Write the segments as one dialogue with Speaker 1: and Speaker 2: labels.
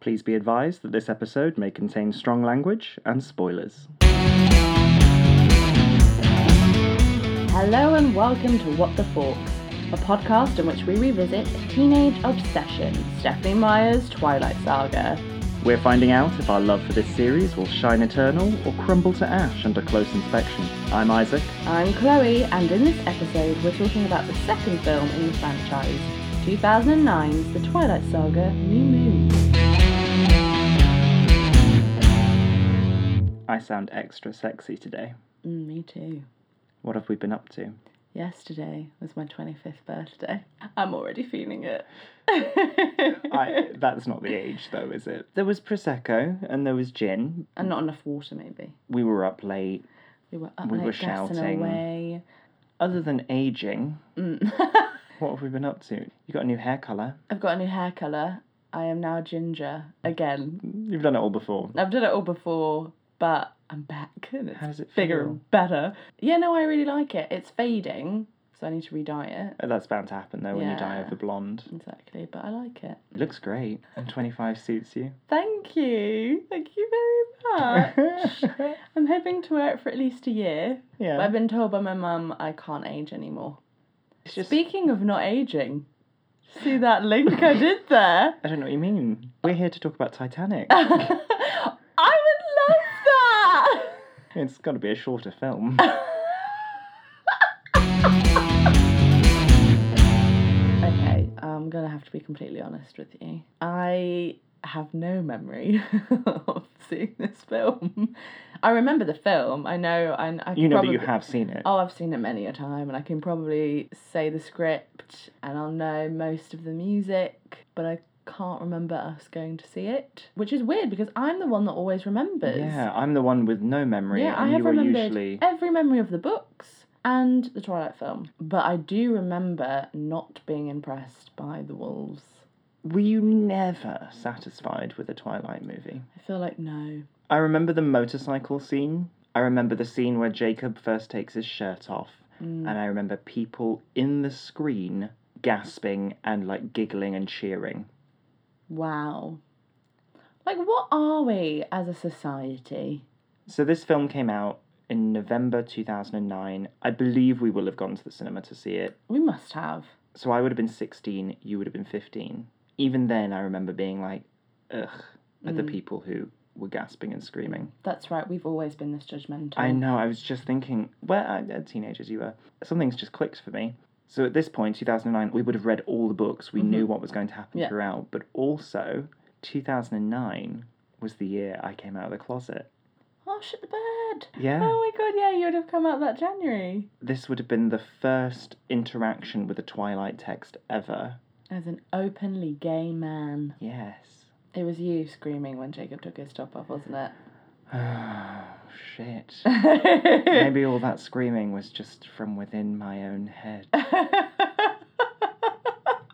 Speaker 1: Please be advised that this episode may contain strong language and spoilers.
Speaker 2: Hello and welcome to What the Forks, a podcast in which we revisit a teenage obsession, Stephanie Meyer's Twilight Saga.
Speaker 1: We're finding out if our love for this series will shine eternal or crumble to ash under close inspection. I'm Isaac.
Speaker 2: I'm Chloe, and in this episode, we're talking about the second film in the franchise, 2009's The Twilight Saga New Moon.
Speaker 1: I sound extra sexy today.
Speaker 2: Mm, me too.
Speaker 1: What have we been up to?
Speaker 2: Yesterday was my 25th birthday. I'm already feeling it.
Speaker 1: I, that's not the age, though, is it? There was Prosecco and there was gin.
Speaker 2: and not enough water, maybe.
Speaker 1: We were up late.
Speaker 2: We were up
Speaker 1: We
Speaker 2: late
Speaker 1: were
Speaker 2: gassing
Speaker 1: shouting.
Speaker 2: away.
Speaker 1: Other than aging,
Speaker 2: Mm.
Speaker 1: what have we been up to? You got a new hair colour.
Speaker 2: I've got a new hair colour. I am now ginger again.
Speaker 1: You've done it all before.
Speaker 2: I've done it all before, but I'm back and it's
Speaker 1: How does it
Speaker 2: bigger
Speaker 1: feel?
Speaker 2: and better. Yeah, no, I really like it. It's fading, so I need to redye it.
Speaker 1: Uh, That's bound to happen, though, when you die
Speaker 2: Yeah.
Speaker 1: of the blonde.
Speaker 2: Exactly, but I like it.
Speaker 1: It looks great, and 25 suits you.
Speaker 2: Thank you. Thank you very much. I'm hoping to wear it for at least a year. But
Speaker 1: yeah.
Speaker 2: I've been told by my mum I can't age anymore.
Speaker 1: It's just,
Speaker 2: Speaking of not aging, see that link I did there?
Speaker 1: I don't know what you mean. We're here to talk about Titanic.
Speaker 2: I would love that!
Speaker 1: it's got to be a shorter film.
Speaker 2: Okay, I'm gonna have to be completely honest with you. I have no memory of seeing this film. I remember the film. I know. I, I
Speaker 1: You know
Speaker 2: probably,
Speaker 1: that you have seen it.
Speaker 2: Oh, I've seen it many a time, and I can probably say the script, and I'll know most of the music, but I can't remember us going to see it, which is weird because I'm the one that always remembers.
Speaker 1: Yeah, I'm the one with no memory,
Speaker 2: Yeah, I
Speaker 1: and
Speaker 2: have
Speaker 1: you are
Speaker 2: remembered
Speaker 1: usually.
Speaker 2: every memory of the books and the Twilight film, but I do remember not being impressed by the wolves.
Speaker 1: Were you never satisfied with a Twilight movie?
Speaker 2: I feel like no.
Speaker 1: I remember the motorcycle scene. I remember the scene where Jacob first takes his shirt off.
Speaker 2: Mm.
Speaker 1: And I remember people in the screen gasping and like giggling and cheering.
Speaker 2: Wow. Like, what are we as a society?
Speaker 1: So this film came out in November 2009. I believe we will have gone to the cinema to see it.
Speaker 2: We must have.
Speaker 1: So I would have been 16, you would have been 15. Even then, I remember being like, ugh, at the
Speaker 2: Mm.
Speaker 1: people who were gasping and screaming.
Speaker 2: That's right, we've always been this judgmental.
Speaker 1: I know, I was just thinking, well, I- uh, teenagers you were. Something's just clicked for me. So at this point, 2009, we would have read all the books. We knew what was going to happen
Speaker 2: Mm-hmm. Yeah.
Speaker 1: throughout. But also, 2009 was the year I came out of the closet.
Speaker 2: Oh, shit the bed.
Speaker 1: Yeah.
Speaker 2: Oh my god, yeah, you would have come out that January.
Speaker 1: This would have been the first interaction with a Twilight text ever.
Speaker 2: As an openly gay man.
Speaker 1: Yes.
Speaker 2: It was you screaming when Jacob took his top off, wasn't it?
Speaker 1: Oh, shit. Maybe all that screaming was just from within my own head.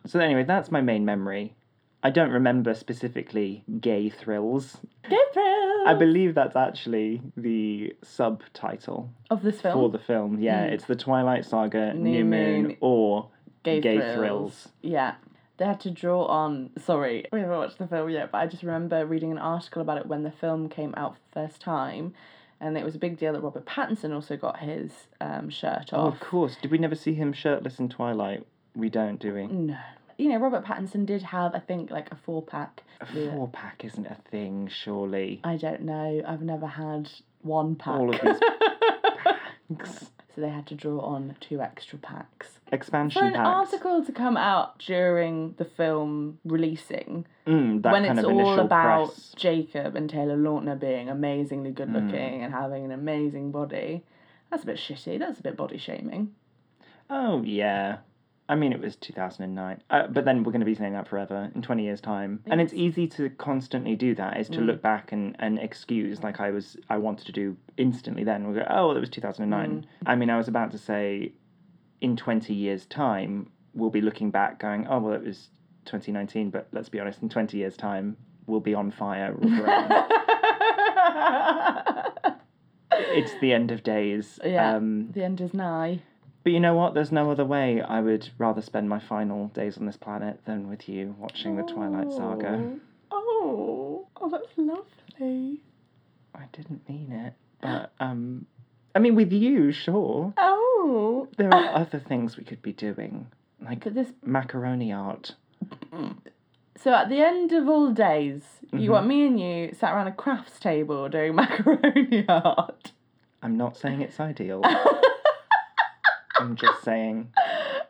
Speaker 1: So, anyway, that's my main memory. I don't remember specifically gay thrills.
Speaker 2: Gabriel!
Speaker 1: I believe that's actually the subtitle
Speaker 2: Of this film?
Speaker 1: for the film. Yeah,
Speaker 2: Mm.
Speaker 1: it's The Twilight Saga, New,
Speaker 2: New
Speaker 1: Moon,
Speaker 2: Moon.
Speaker 1: or Gay, Thrills.
Speaker 2: Yeah. They had to draw on. Sorry, we haven't watched the film yet, but I just remember reading an article about it when the film came out for the first time. And it was a big deal that Robert Pattinson also got his um, shirt
Speaker 1: Oh,
Speaker 2: off.
Speaker 1: of course. Did we never see him shirtless in Twilight? We don't, do we?
Speaker 2: No. You know, Robert Pattinson did have, I think, like a four pack.
Speaker 1: A
Speaker 2: Yeah. Ah.
Speaker 1: four pack isn't a thing, surely.
Speaker 2: I don't know. I've never had one pack.
Speaker 1: All of these
Speaker 2: so they had to draw on two extra packs.
Speaker 1: Expansion
Speaker 2: For an
Speaker 1: packs.
Speaker 2: article to come out during the film releasing,
Speaker 1: Mm, that
Speaker 2: when
Speaker 1: kind
Speaker 2: it's
Speaker 1: of
Speaker 2: all
Speaker 1: initial
Speaker 2: about
Speaker 1: press. Hmm.
Speaker 2: Jacob and Taylor Lautner being amazingly good looking and having an amazing body, that's a bit shitty. That's a bit body shaming.
Speaker 1: Oh, yeah. I mean, it was 2009. Uh, but then we're going to be saying that forever in 20 years' time. And it's easy to constantly do that, is to look back and, and excuse, like I was, I wanted to do instantly then. We go, oh, well, it was 2009. I mean, I was about to say, in 20 years' time, we'll be looking back going, oh, well, it was 2019. But let's be honest, in 20 years' time, we'll be on fire. all around.
Speaker 2: the
Speaker 1: it's the end of days.
Speaker 2: Yeah.
Speaker 1: Um,
Speaker 2: end is nigh.
Speaker 1: But you know what? There's no other way. I would rather spend my final days on this planet than with you watching the Twilight Saga.
Speaker 2: Oh. that's lovely.
Speaker 1: I didn't mean it, but um, I mean with you, sure.
Speaker 2: Oh.
Speaker 1: There are other things we could be doing, like
Speaker 2: But this.
Speaker 1: macaroni art.
Speaker 2: So at the end of all days,
Speaker 1: Mhm.
Speaker 2: you want me and you sat around a crafts table doing macaroni art.
Speaker 1: I'm not saying it's ideal. I'm just saying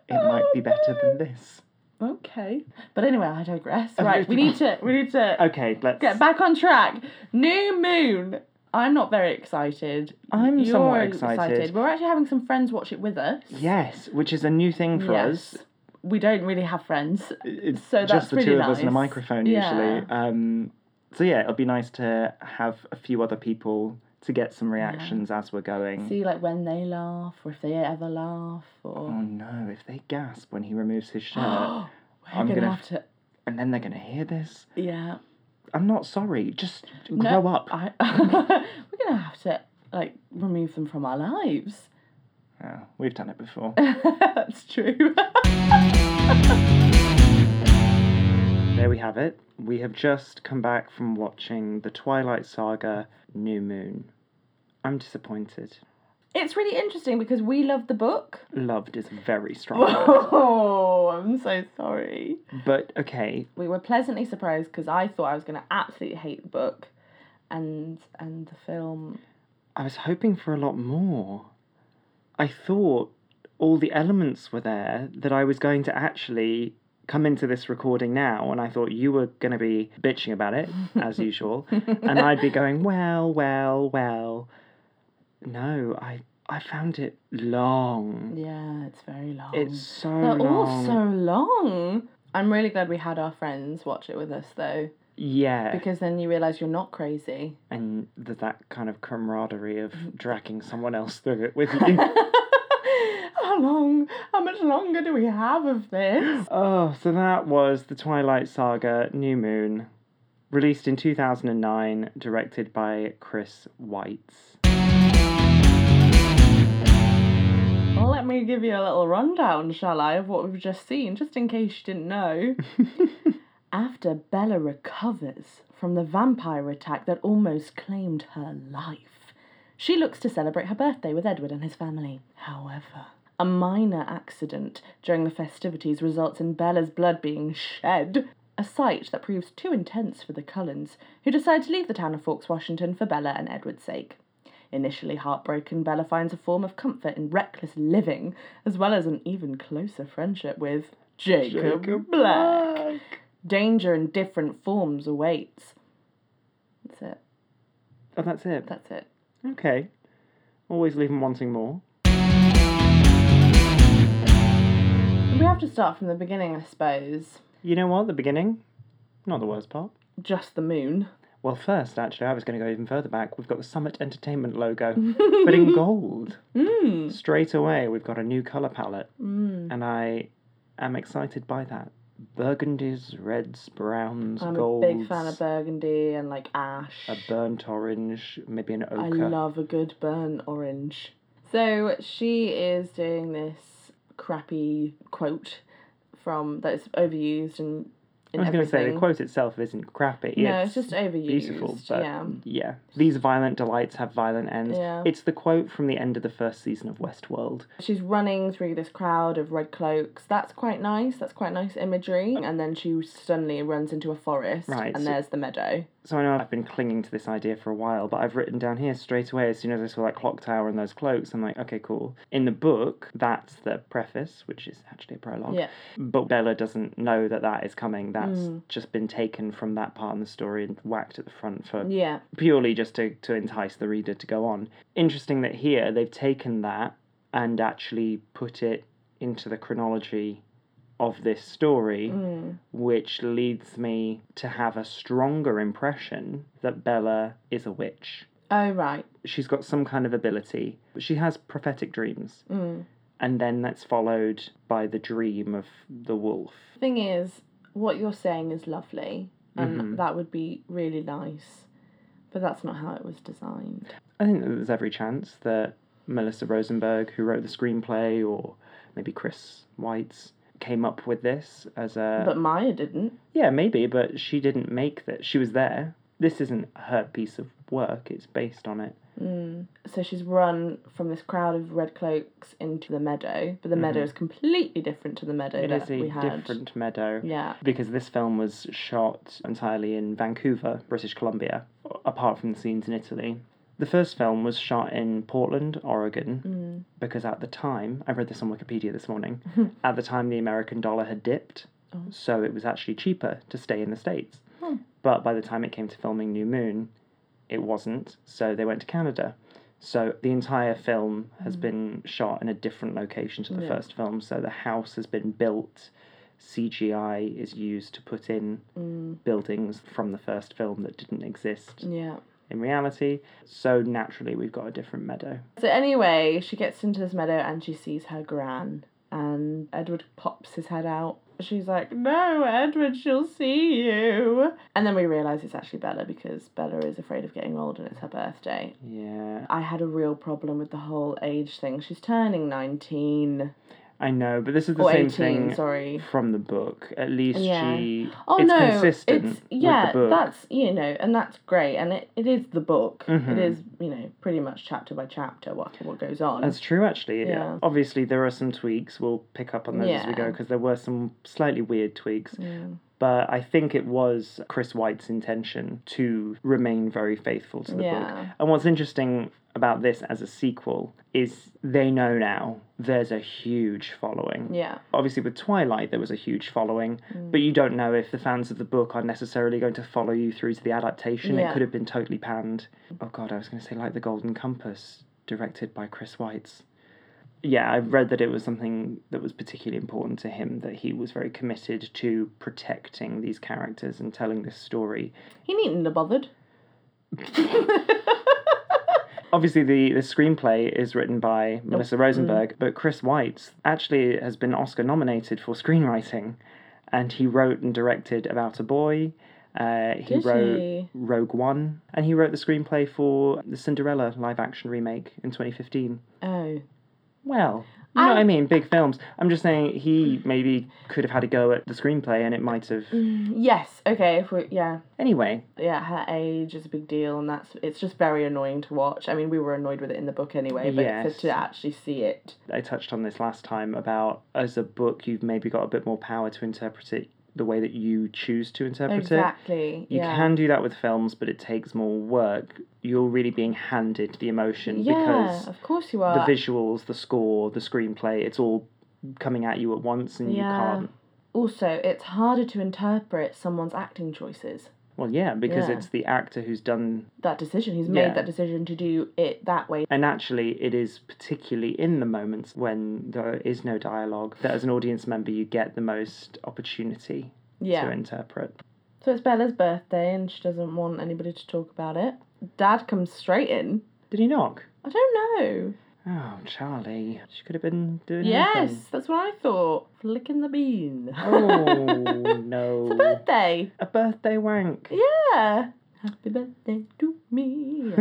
Speaker 1: it might be better than this.
Speaker 2: Okay. But anyway, I digress. Right, we need to we need to
Speaker 1: Okay, let's.
Speaker 2: get back on track. New moon. I'm not very excited.
Speaker 1: I'm somewhat
Speaker 2: You're
Speaker 1: excited.
Speaker 2: We're actually having some friends watch it with us.
Speaker 1: Yes, which is a new thing for us.
Speaker 2: We don't really have friends.
Speaker 1: It's
Speaker 2: So that's
Speaker 1: just the two
Speaker 2: really
Speaker 1: of us and a
Speaker 2: nice.
Speaker 1: microphone
Speaker 2: Yeah.
Speaker 1: usually. Um, so yeah, it'll be nice to have a few other people to get some reactions as we're going.
Speaker 2: See like when they laugh or if they ever laugh
Speaker 1: Oh
Speaker 2: or
Speaker 1: no, if they gasp when he removes his shirt,
Speaker 2: We're
Speaker 1: I'm
Speaker 2: gonna,
Speaker 1: gonna-
Speaker 2: have to
Speaker 1: and then they're going to hear this.
Speaker 2: Yeah.
Speaker 1: I'm not sorry, just
Speaker 2: No,
Speaker 1: grow up.
Speaker 2: I, we're gonna have to like remove them from our lives.
Speaker 1: Oh, we've done it before.
Speaker 2: That's true.
Speaker 1: There we have it. We have just come back from watching the Twilight Saga New Moon. I'm disappointed.
Speaker 2: it's really interesting because we love the book.
Speaker 1: Loved is a very strong. word.
Speaker 2: Oh, I'm so sorry.
Speaker 1: but okay,
Speaker 2: We were pleasantly surprised because I thought I was going to absolutely hate the book and and the film.
Speaker 1: I was hoping for a lot more. I thought all the elements were there that I was going to actually come into this recording now, and I thought you were going to be bitching about it, as usual, and I'd be going, well, well, well. No, I, I found it long.
Speaker 2: Yeah, it's very long.
Speaker 1: It's so
Speaker 2: They're all
Speaker 1: long.
Speaker 2: so long. I'm really glad we had our friends watch it with us though
Speaker 1: yeah,
Speaker 2: because then you realise you're not crazy.
Speaker 1: and th- that kind of camaraderie of
Speaker 2: Mm.
Speaker 1: dragging someone else through it with you.
Speaker 2: how long? How much longer do we have of this?
Speaker 1: oh, so that was the Twilight Saga: New Moon, released in two thousand and nine, directed by Chris Weitz.
Speaker 2: Well, let me give you a little rundown, shall I, of what we've just seen, just in case you didn't know. After Bella recovers from the vampire attack that almost claimed her life, she looks to celebrate her birthday with Edward and his family. However, a minor accident during the festivities results in Bella's blood being shed, a sight that proves too intense for the Cullens, who decide to leave the town of Forks, Washington for Bella and Edward's sake. Initially heartbroken, Bella finds a form of comfort in reckless living, as well as an even closer friendship with Jacob, Black danger in different forms awaits. That's it.
Speaker 1: Oh, that's it.
Speaker 2: That's it.
Speaker 1: Okay. Always leave 'em wanting more.
Speaker 2: We have to start from the beginning, I suppose.
Speaker 1: You know what? The beginning, not the worst part.
Speaker 2: Just the moon.
Speaker 1: Well, first, actually, I was going to go even further back. We've got the Summit Entertainment logo, but in gold.
Speaker 2: Mm.
Speaker 1: Straight away, we've got a new colour palette,
Speaker 2: Mm.
Speaker 1: and I am excited by that. Burgundies, reds, browns,
Speaker 2: I'm
Speaker 1: golds.
Speaker 2: a big fan of burgundy and like ash.
Speaker 1: a burnt orange, maybe an
Speaker 2: I
Speaker 1: ochre.
Speaker 2: love a good burn orange. So she is doing this crappy quote from that's overused and
Speaker 1: I
Speaker 2: in
Speaker 1: was going to say the
Speaker 2: everything.
Speaker 1: quote itself isn't crappy.
Speaker 2: no, it's, just overused.
Speaker 1: beautiful, but
Speaker 2: yeah.
Speaker 1: yeah. These violent delights have violent ends.
Speaker 2: Yeah.
Speaker 1: It's the quote from the end of the first season of Westworld.
Speaker 2: She's running through this crowd of red cloaks. That's quite nice. That's quite nice imagery. And then she suddenly runs into a forest.
Speaker 1: Right,
Speaker 2: And
Speaker 1: so-
Speaker 2: there's the meadow.
Speaker 1: So I know I've been clinging to this idea for a while, but I've written down here straight away as soon as I saw that clock tower and those cloaks, I'm like, okay, cool. In the book, that's the preface, which is actually a prologue.
Speaker 2: Yeah.
Speaker 1: But Bella doesn't know that that is coming. That's
Speaker 2: Mm.
Speaker 1: just been taken from that part in the story and whacked at the front for
Speaker 2: Yeah.
Speaker 1: purely just to, to entice the reader to go on. Interesting that here they've taken that and actually put it into the chronology of this story,
Speaker 2: Mm.
Speaker 1: which leads me to have a stronger impression that Bella is a witch.
Speaker 2: Oh, right.
Speaker 1: She's got some kind of ability, but she has prophetic dreams.
Speaker 2: Mm.
Speaker 1: And then that's followed by the dream of the wolf.
Speaker 2: Thing is, what you're saying is lovely. And
Speaker 1: Mhm.
Speaker 2: that would be really nice. But that's not how it was designed.
Speaker 1: I think that there's every chance that Melissa Rosenberg, who wrote the screenplay, or maybe Chris Weitz, came up with this as a
Speaker 2: but Maya didn't.
Speaker 1: yeah maybe, but she didn't make that. She was there, this isn't her piece of work, it's based on it.
Speaker 2: Mm. So she's run from this crowd of red cloaks into the meadow, but the meadow is completely different to the meadow
Speaker 1: Mm-hmm. It
Speaker 2: that
Speaker 1: is a
Speaker 2: we had.
Speaker 1: different meadow.
Speaker 2: Yeah.
Speaker 1: Because this film was shot entirely in Vancouver, British Columbia, apart from the scenes in Italy. The first film was shot in Portland, Oregon,
Speaker 2: Mm.
Speaker 1: because at the time, I read this on Wikipedia this morning, at the time the American dollar had dipped,
Speaker 2: Oh.
Speaker 1: so it was actually cheaper to stay in the States.
Speaker 2: Hmm.
Speaker 1: But by the time it came to filming New Moon, it wasn't, so they went to Canada. So the entire film has been shot in a different location to the
Speaker 2: Mm. Yeah.
Speaker 1: first film, so the house has been built. CGI is used to put in
Speaker 2: Mm.
Speaker 1: buildings from the first film that didn't exist
Speaker 2: Yeah.
Speaker 1: in reality. So naturally, we've got a different meadow.
Speaker 2: So anyway, she gets into this meadow and she sees her gran, and Edward pops his head out. She's like, "No, Edward, she'll see you." And then we realise it's actually Bella because Bella is afraid of getting old and it's her birthday.
Speaker 1: Yeah.
Speaker 2: I had a real problem with the whole age thing. She's turning nineteen
Speaker 1: I know, but this is the
Speaker 2: or
Speaker 1: same
Speaker 2: eighteen.
Speaker 1: thing
Speaker 2: Sorry.
Speaker 1: from the book. At least
Speaker 2: Yeah.
Speaker 1: she
Speaker 2: Oh
Speaker 1: it's
Speaker 2: no,
Speaker 1: consistent
Speaker 2: it's
Speaker 1: with
Speaker 2: yeah,
Speaker 1: the book.
Speaker 2: that's you know, and that's great, and it, it is the book. It
Speaker 1: Mhm.
Speaker 2: is you know pretty much chapter by chapter what what goes on.
Speaker 1: That's true, actually.
Speaker 2: Yeah.
Speaker 1: Obviously, there are some tweaks. We'll pick up on those as we go
Speaker 2: Yeah.
Speaker 1: because there were some slightly weird tweaks.
Speaker 2: Yeah.
Speaker 1: But I think it was Chris White's intention to remain very faithful to the book.
Speaker 2: Yeah.
Speaker 1: And what's interesting about this as a sequel is they know now there's a huge following.
Speaker 2: Yeah.
Speaker 1: obviously with Twilight there was a huge following, but you don't know if the fans of the book are necessarily going to follow you through to the adaptation. It
Speaker 2: Yeah.
Speaker 1: could have been totally panned. Oh god, I was going to say like the Golden Compass, directed by Chris Weitz. Yeah, I read that it was something that was particularly important to him that he was very committed to protecting these characters and telling this story.
Speaker 2: He needn't have bothered.
Speaker 1: Obviously, the, the screenplay is written by
Speaker 2: Oh,
Speaker 1: Melissa Rosenberg, but Chris Weitz actually has been Oscar nominated for screenwriting, and he wrote and directed About a Boy. Uh, he
Speaker 2: Did
Speaker 1: wrote
Speaker 2: he?
Speaker 1: Rogue One, and he wrote the screenplay for the Cinderella live action remake in 2015.
Speaker 2: oh.
Speaker 1: Well, you know what I
Speaker 2: I'm-
Speaker 1: mean? Big films. I'm just saying he maybe could have had a go at the screenplay, and it might have.
Speaker 2: Mm, Yes. Okay. If we, yeah.
Speaker 1: Anyway,
Speaker 2: Yeah. Her age is a big deal, and that's it's just very annoying to watch. I mean, we were annoyed with it in the book anyway, but
Speaker 1: Yes.
Speaker 2: for, to actually see it.
Speaker 1: I touched on this last time about as a book, you've maybe got a bit more power to interpret it the way that you choose to interpret it.
Speaker 2: Exactly.
Speaker 1: You
Speaker 2: yeah.
Speaker 1: can do that with films, but it takes more work. You're really being handed the emotion
Speaker 2: Yeah.
Speaker 1: because
Speaker 2: Of course you
Speaker 1: the
Speaker 2: are.
Speaker 1: visuals, the score, the screenplay, it's all coming at you at once and
Speaker 2: Yeah.
Speaker 1: you can't.
Speaker 2: also, it's harder to interpret someone's acting choices.
Speaker 1: Well, yeah, because
Speaker 2: Yeah.
Speaker 1: it's the actor who's done
Speaker 2: That decision. He's made
Speaker 1: Yeah.
Speaker 2: that decision to do it that way.
Speaker 1: And actually, it is particularly in the moments when there is no dialogue that, as an audience member, you get the most opportunity
Speaker 2: Yeah.
Speaker 1: to interpret.
Speaker 2: So it's Bella's birthday, and she doesn't want anybody to talk about it. Dad comes straight in.
Speaker 1: Did he knock?
Speaker 2: I don't know.
Speaker 1: Oh, Charlie. She could have been doing
Speaker 2: Yes,
Speaker 1: anything.
Speaker 2: that's what I thought. Flicking the bean.
Speaker 1: Oh,
Speaker 2: It's a
Speaker 1: no.
Speaker 2: birthday.
Speaker 1: A birthday wank.
Speaker 2: Yeah. Happy birthday to me.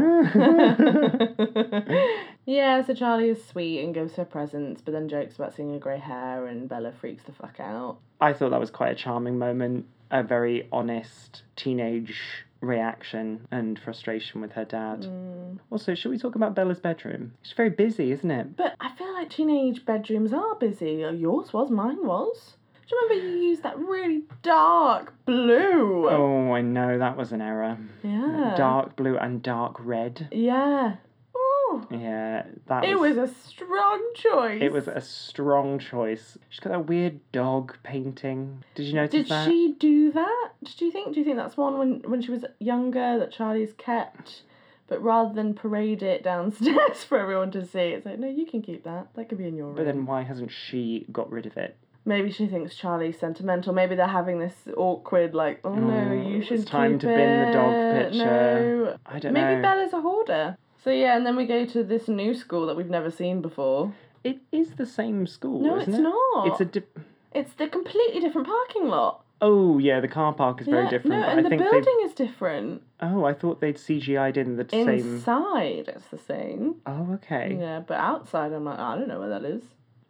Speaker 2: yeah, so Charlie is sweet and gives her presents, but then jokes about seeing her grey hair, and Bella freaks the fuck out.
Speaker 1: I thought that was quite a charming moment. A very honest teenage reaction and frustration with her dad.
Speaker 2: Mm.
Speaker 1: Also, should we talk about Bella's bedroom? It's very busy, isn't it?
Speaker 2: But I feel like teenage bedrooms are busy. Yours was, mine was. Do you remember you used that really dark blue?
Speaker 1: Oh, I know, that was an error.
Speaker 2: yeah.
Speaker 1: Dark blue and dark red.
Speaker 2: Yeah. Ooh.
Speaker 1: Yeah, that
Speaker 2: It was a strong choice.
Speaker 1: It was a strong choice. She's got that weird dog painting. Did you notice
Speaker 2: Did
Speaker 1: that?
Speaker 2: she do that? Did you think? Do you think that's one when when she was younger that Charlie's kept, but rather than parade it downstairs for everyone to see, it's like no, you can keep that. That could be in your room.
Speaker 1: But then why hasn't she got rid of it?
Speaker 2: Maybe she thinks Charlie's sentimental. Maybe they're having this awkward like, oh no,
Speaker 1: Mm,
Speaker 2: you
Speaker 1: it's
Speaker 2: should.
Speaker 1: time
Speaker 2: keep
Speaker 1: to bin the dog
Speaker 2: it.
Speaker 1: picture.
Speaker 2: No.
Speaker 1: I don't
Speaker 2: Maybe
Speaker 1: know.
Speaker 2: Bella's a hoarder. So yeah, and then we go to this new school that we've never seen before.
Speaker 1: It is the same school,
Speaker 2: No,
Speaker 1: isn't
Speaker 2: it's
Speaker 1: it?
Speaker 2: not.
Speaker 1: It's a di-
Speaker 2: It's the completely different parking lot.
Speaker 1: oh yeah, the car park is very
Speaker 2: Yeah,
Speaker 1: different.
Speaker 2: No,
Speaker 1: but
Speaker 2: and
Speaker 1: I
Speaker 2: the
Speaker 1: think they
Speaker 2: building is different.
Speaker 1: oh, I thought they'd CGI'd in the same.
Speaker 2: Inside, it's the same.
Speaker 1: Oh, okay.
Speaker 2: Yeah, but outside, I'm like, "Oh, I don't know where that is.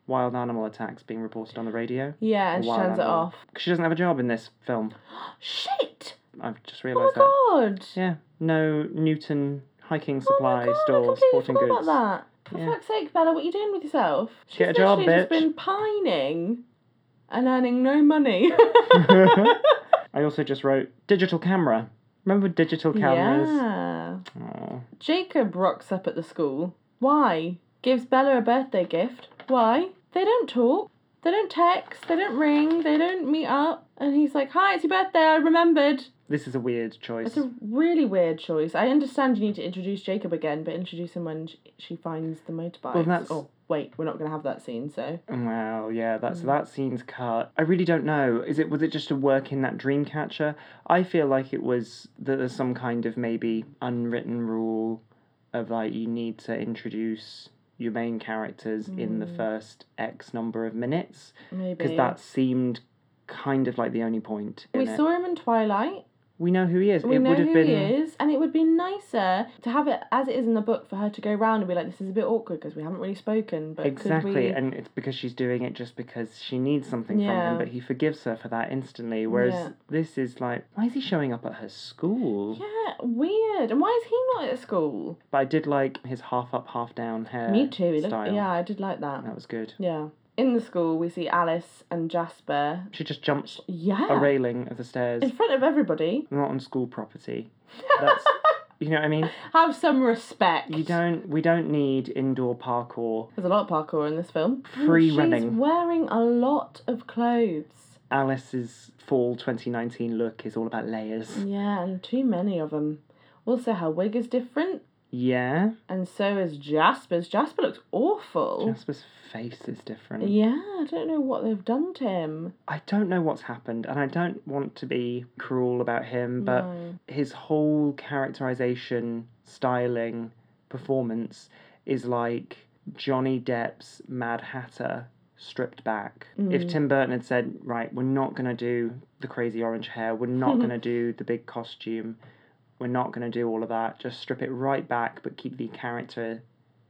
Speaker 1: Wild animal attacks being reported on the radio.
Speaker 2: Yeah, and she
Speaker 1: Wild
Speaker 2: turns it
Speaker 1: animal.
Speaker 2: off.
Speaker 1: She doesn't have a job in this film.
Speaker 2: Shit!
Speaker 1: I've just
Speaker 2: Oh
Speaker 1: realised that.
Speaker 2: my god!
Speaker 1: Yeah, no Newton hiking
Speaker 2: Oh
Speaker 1: supply
Speaker 2: my God, I
Speaker 1: store,
Speaker 2: completely
Speaker 1: sporting
Speaker 2: forgot
Speaker 1: goods.
Speaker 2: About that. For
Speaker 1: Yeah.
Speaker 2: fuck's sake, Bella, what are you doing with yourself? She's
Speaker 1: Get a job,
Speaker 2: literally just
Speaker 1: bitch.
Speaker 2: been pining and earning no money.
Speaker 1: I also just wrote digital camera. Remember digital cameras?
Speaker 2: yeah.
Speaker 1: Aw.
Speaker 2: Jacob rocks up at the school. Why? Gives Bella a birthday gift. Why? They don't talk. They don't text. They don't ring. They don't meet up. And he's like, Hi, it's your birthday. I remembered.
Speaker 1: This is a weird choice.
Speaker 2: It's a really weird choice. I understand you need to introduce Jacob again, but introduce him when sh- she finds the motorbike.
Speaker 1: Well, that's-
Speaker 2: Oh, wait, we're not going to have that scene, so.
Speaker 1: Wow, yeah,
Speaker 2: Hmm.
Speaker 1: that's that scene's cut. I really don't know. Is it was it just a work in that dream catcher? I feel like it was that there's some kind of maybe unwritten rule of like you need to introduce your main characters in the
Speaker 2: Mm.
Speaker 1: first X number of minutes
Speaker 2: Maybe.
Speaker 1: because that seemed kind of like the only point. in
Speaker 2: We
Speaker 1: it.
Speaker 2: saw him in Twilight.
Speaker 1: we know who he is.
Speaker 2: We
Speaker 1: it
Speaker 2: know
Speaker 1: would have
Speaker 2: who
Speaker 1: been
Speaker 2: he is, and it would be nicer to have it as it is in the book for her to go round and be like, "This is a bit awkward because we haven't really spoken." But
Speaker 1: Exactly,
Speaker 2: could we...
Speaker 1: and it's because she's doing it just because she needs something from
Speaker 2: Yeah.
Speaker 1: him, but he forgives her for that instantly. Whereas
Speaker 2: Yeah.
Speaker 1: this is like, why is he showing up at her school?
Speaker 2: Yeah, weird. And why is he not at school?
Speaker 1: But I did like his half up, half down hair.
Speaker 2: Me too. He looked,
Speaker 1: style.
Speaker 2: yeah, I did like that.
Speaker 1: That was good.
Speaker 2: Yeah. In the school, we see Alice and Jasper.
Speaker 1: She just jumps
Speaker 2: Yeah.
Speaker 1: a railing of the stairs.
Speaker 2: in front of everybody.
Speaker 1: Not on school property. That's, you know what I mean?
Speaker 2: Have some respect.
Speaker 1: You don't. We don't need indoor parkour.
Speaker 2: There's a lot of parkour in this film.
Speaker 1: Free
Speaker 2: She's
Speaker 1: running.
Speaker 2: wearing a lot of clothes.
Speaker 1: Alice's fall 2019 look is all about layers.
Speaker 2: Yeah, and too many of them. Also, her wig is different,
Speaker 1: Yeah.
Speaker 2: and so is Jasper's. Jasper looks awful.
Speaker 1: Jasper's face is different.
Speaker 2: Yeah, I don't know what they've done to him.
Speaker 1: I don't know what's happened, and I don't want to be cruel about him, but
Speaker 2: No.
Speaker 1: his whole characterization, styling, performance is like Johnny Depp's Mad Hatter stripped back. If
Speaker 2: Mm.
Speaker 1: Tim Burton had said, Right, we're not going to do the crazy orange hair, we're not going to do the big costume, we're not going to do all of that, just strip it right back, but keep the character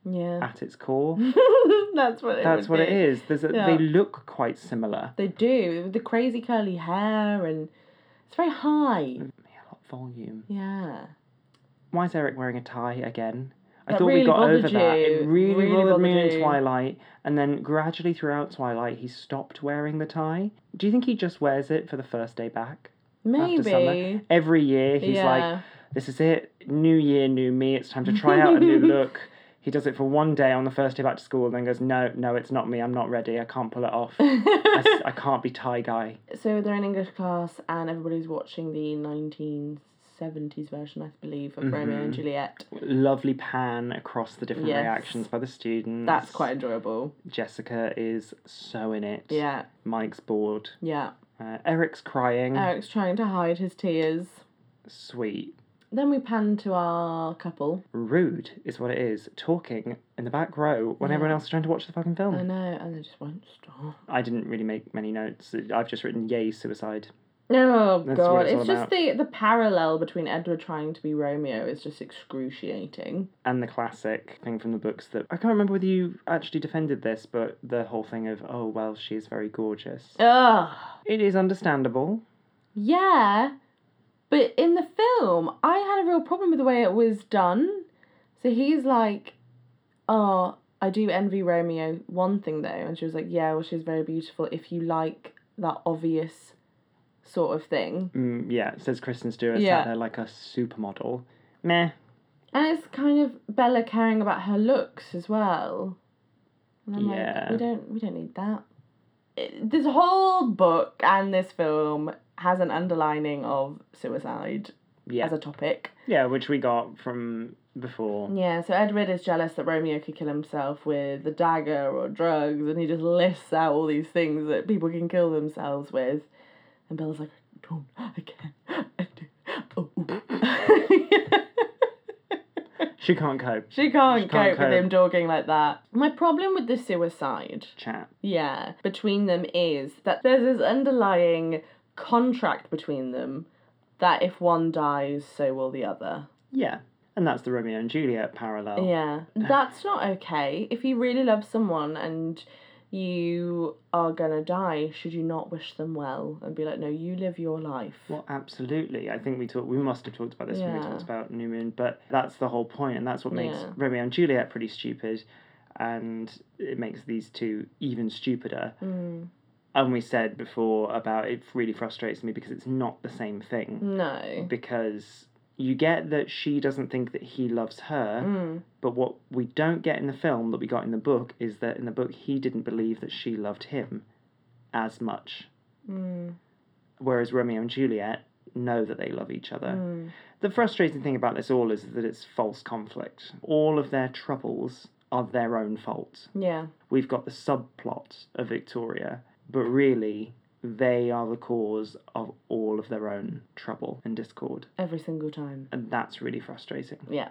Speaker 2: Yeah.
Speaker 1: at its core.
Speaker 2: That's what it
Speaker 1: Ah. That's what
Speaker 2: would
Speaker 1: it
Speaker 2: be.
Speaker 1: is. There's a,
Speaker 2: Yeah.
Speaker 1: They look quite similar.
Speaker 2: They do. With the crazy curly hair, and it's very high.
Speaker 1: A lot of volume.
Speaker 2: Yeah.
Speaker 1: why is Eric wearing a tie again? I
Speaker 2: That
Speaker 1: thought we
Speaker 2: really
Speaker 1: got
Speaker 2: bothered
Speaker 1: over that. It
Speaker 2: you.
Speaker 1: really,
Speaker 2: Really
Speaker 1: bothered me
Speaker 2: bothered
Speaker 1: in
Speaker 2: you.
Speaker 1: Twilight, and then gradually throughout Twilight, he stopped wearing the tie. Do you think he just wears it for the first day back after summer?
Speaker 2: Maybe.
Speaker 1: Every year, he's
Speaker 2: yeah.
Speaker 1: like, "This is it. New year, new me. It's time to try out a new look." He does it for one day on the first day back to school, and then goes, "No, no, it's not me. I'm not ready. I can't pull it off. I, s- I can't be tie guy."
Speaker 2: so they're in English class, and everybody's watching the 1970s version, I believe, of Romeo and
Speaker 1: Mhm.
Speaker 2: Juliet.
Speaker 1: Lovely pan across the different
Speaker 2: Yes.
Speaker 1: reactions by the students.
Speaker 2: That's quite enjoyable.
Speaker 1: Jessica is so in it.
Speaker 2: Yeah,
Speaker 1: Mike's bored.
Speaker 2: yeah.
Speaker 1: Uh, Eric's crying.
Speaker 2: Eric's trying to hide his tears.
Speaker 1: Sweet.
Speaker 2: Then we pan to our couple.
Speaker 1: Rude is what it is. Talking in the back row when
Speaker 2: Yeah.
Speaker 1: everyone else is trying to watch the fucking film.
Speaker 2: I know, and they just won't stop.
Speaker 1: I didn't really make many notes. I've just written yay suicide.
Speaker 2: Oh
Speaker 1: That's
Speaker 2: god,
Speaker 1: what it's
Speaker 2: it's,
Speaker 1: all
Speaker 2: just
Speaker 1: about.
Speaker 2: the the parallel between Edward trying to be Romeo is just excruciating.
Speaker 1: And the classic thing from the books that I can't remember whether you actually defended this, but the whole thing of oh well she is very gorgeous.
Speaker 2: Ugh.
Speaker 1: It is understandable.
Speaker 2: Yeah, but in the film, I had a real problem with the way it was done. So he's like, "Oh, I do envy Romeo." One thing though, and she was like, "Yeah, well, she's very beautiful. If you like that obvious sort of thing."
Speaker 1: Mm, yeah, says Kristen Stewart
Speaker 2: Yeah.
Speaker 1: sat there like a supermodel. Meh.
Speaker 2: And it's kind of Bella caring about her looks as well. And I'm like,
Speaker 1: Yeah.
Speaker 2: we don't we don't need that. It, this whole book and this film has an underlining of suicide
Speaker 1: Yeah.
Speaker 2: as a topic.
Speaker 1: yeah, which we got from before.
Speaker 2: Yeah, so Edward is jealous that Romeo could kill himself with a dagger or drugs, and he just lists out all these things that people can kill themselves with. And Bella's like, don't, I can't. I do. Oh.
Speaker 1: She can't cope.
Speaker 2: She can't,
Speaker 1: can't
Speaker 2: cope, with
Speaker 1: cope.
Speaker 2: him talking like that. My problem with the suicide,
Speaker 1: Chat.
Speaker 2: yeah, between them is that there's this underlying contract between them that if one dies, so will the other.
Speaker 1: Yeah, and that's the Oh. Romeo and Juliet parallel.
Speaker 2: Yeah, that's not okay. If you really love someone and you are gonna die should you not wish them well and be like, no, you live your life.
Speaker 1: Well, absolutely. I think we talked. We must have talked about this when we
Speaker 2: Yeah.
Speaker 1: talked about New Moon, but that's the whole point, and that's what makes
Speaker 2: Yeah.
Speaker 1: Romeo and Juliet pretty stupid, and it makes these two even stupider.
Speaker 2: Mm.
Speaker 1: And we said before about it really frustrates me because it's not the same
Speaker 2: Mm.
Speaker 1: thing.
Speaker 2: No.
Speaker 1: Because you get that she doesn't think that he loves her,
Speaker 2: Mm.
Speaker 1: but what we don't get in the film that we got in the book is that in the book he didn't believe that she loved him as much,
Speaker 2: Mm.
Speaker 1: whereas Romeo and Juliet know that they love each other.
Speaker 2: Mm.
Speaker 1: The frustrating thing about this all is that it's false conflict. All of their troubles are their own fault.
Speaker 2: Yeah.
Speaker 1: We've got the subplot of Victoria, but really, they are the cause of all of their own trouble and discord.
Speaker 2: Every single time.
Speaker 1: And that's really frustrating.
Speaker 2: Yeah.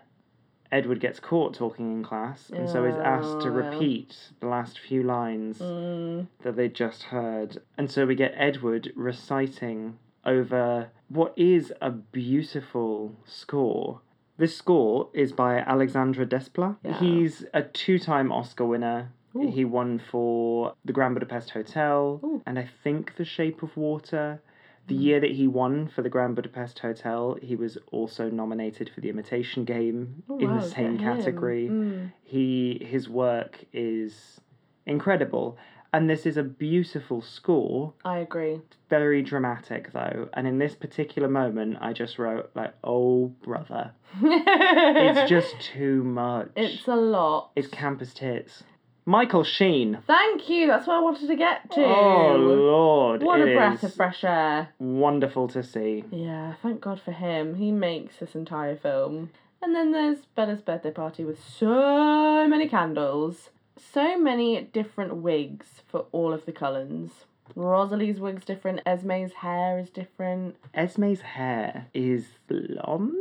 Speaker 1: Edward gets caught talking in class and so is asked to
Speaker 2: Oh.
Speaker 1: repeat the last few lines
Speaker 2: Mm.
Speaker 1: that they just heard. And so we get Edward reciting over what is a beautiful score. This score is by Alexandre Desplat.
Speaker 2: Yeah.
Speaker 1: He's a two time Oscar winner.
Speaker 2: Ooh.
Speaker 1: He won for The Grand Budapest Hotel
Speaker 2: Ooh.
Speaker 1: and I think The Shape of Water. The year that he won for The Grand Budapest Hotel, he was also nominated for The Imitation Game
Speaker 2: Oh,
Speaker 1: in
Speaker 2: wow,
Speaker 1: the
Speaker 2: look
Speaker 1: same
Speaker 2: at him.
Speaker 1: category
Speaker 2: Mm.
Speaker 1: he his work is incredible and this is a beautiful score
Speaker 2: I agree.
Speaker 1: very dramatic though and in this particular moment i just wrote like oh brother it's
Speaker 2: it's
Speaker 1: just too much
Speaker 2: It's a lot.
Speaker 1: it's campus tits michael sheen
Speaker 2: Thank you. That's what I wanted to get to.
Speaker 1: oh lord
Speaker 2: what a
Speaker 1: it
Speaker 2: breath
Speaker 1: is
Speaker 2: of fresh air.
Speaker 1: wonderful to see
Speaker 2: Yeah, thank God for him. He makes this entire film. And then there's Bella's birthday party with so many candles, so many different wigs for all of the Cullens. Rosalie's wig's different, Esme's hair is different.
Speaker 1: Esme's hair is blonde,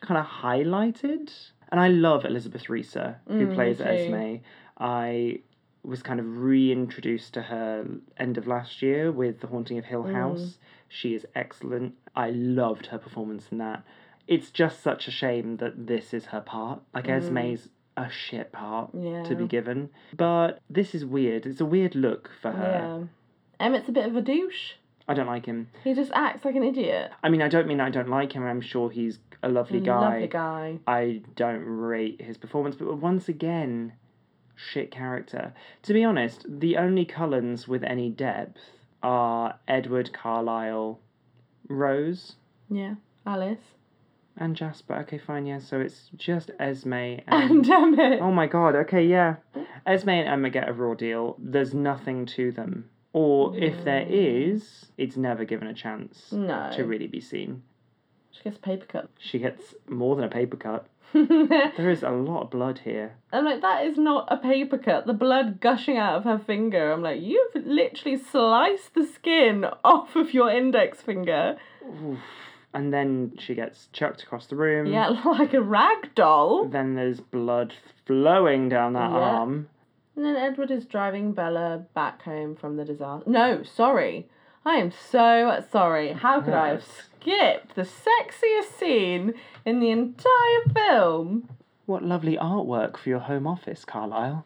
Speaker 1: kind of highlighted. And I love Elizabeth Reeser, who
Speaker 2: Mm, me
Speaker 1: plays
Speaker 2: too.
Speaker 1: Esme. I was kind of reintroduced to her end of last year with The Haunting of Hill
Speaker 2: Mm.
Speaker 1: House. She is excellent. I loved her performance in that. It's just such a shame that this is her part. Like,
Speaker 2: Mm.
Speaker 1: Esme's a shit part
Speaker 2: Yeah.
Speaker 1: to be given. But this is weird. It's a weird look for her.
Speaker 2: Yeah. Emmett's a bit of a douche.
Speaker 1: I don't like him.
Speaker 2: He just acts like an idiot.
Speaker 1: I mean, I don't mean I don't like him. I'm sure he's a lovely guy.
Speaker 2: Mm, Lovely guy.
Speaker 1: I don't rate his performance, but once again, shit character. To be honest, the only Cullens with any depth are Edward Carlyle, Rose,
Speaker 2: Yeah. Alice.
Speaker 1: and Jasper. Okay, fine, yeah. So it's just Esme and.
Speaker 2: And Emmett.
Speaker 1: oh my god, okay, yeah. Esme and Emma get a raw deal. There's nothing to them. Or if there
Speaker 2: Mm.
Speaker 1: is, it's never given a chance
Speaker 2: no.
Speaker 1: um, to really be seen.
Speaker 2: She gets a paper cut.
Speaker 1: She gets more than a paper cut. There is a lot of blood here.
Speaker 2: I'm like, that is not a paper cut. The blood gushing out of her finger. I'm like, you've literally sliced the skin off of your index finger.
Speaker 1: Oof. And then she gets chucked across the room.
Speaker 2: Yeah, like a rag doll.
Speaker 1: Then there's blood flowing down that
Speaker 2: Yeah.
Speaker 1: arm.
Speaker 2: And then Edward is driving Bella back home from the disaster. No, sorry. I am so sorry. How could I have skipped the sexiest scene in the entire film?
Speaker 1: What lovely artwork for your home office, Carlisle.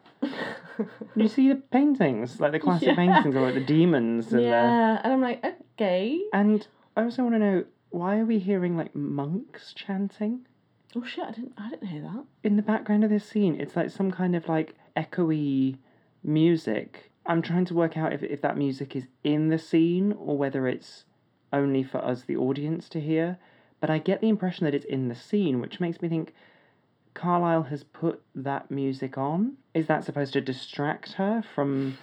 Speaker 1: You see the paintings, like the classic
Speaker 2: Yeah.
Speaker 1: paintings of like the demons and the.
Speaker 2: yeah, and I'm like, okay.
Speaker 1: And I also want to know why are we hearing like monks chanting
Speaker 2: Oh shit, I didn't, I didn't hear that.
Speaker 1: in the background of this scene? It's like some kind of like echoey music. I'm trying to work out if, if that music is in the scene or whether it's only for us, the audience, to hear. But I get the impression that it's in the scene, which makes me think Carlyle has put that music on. Is that supposed to distract her from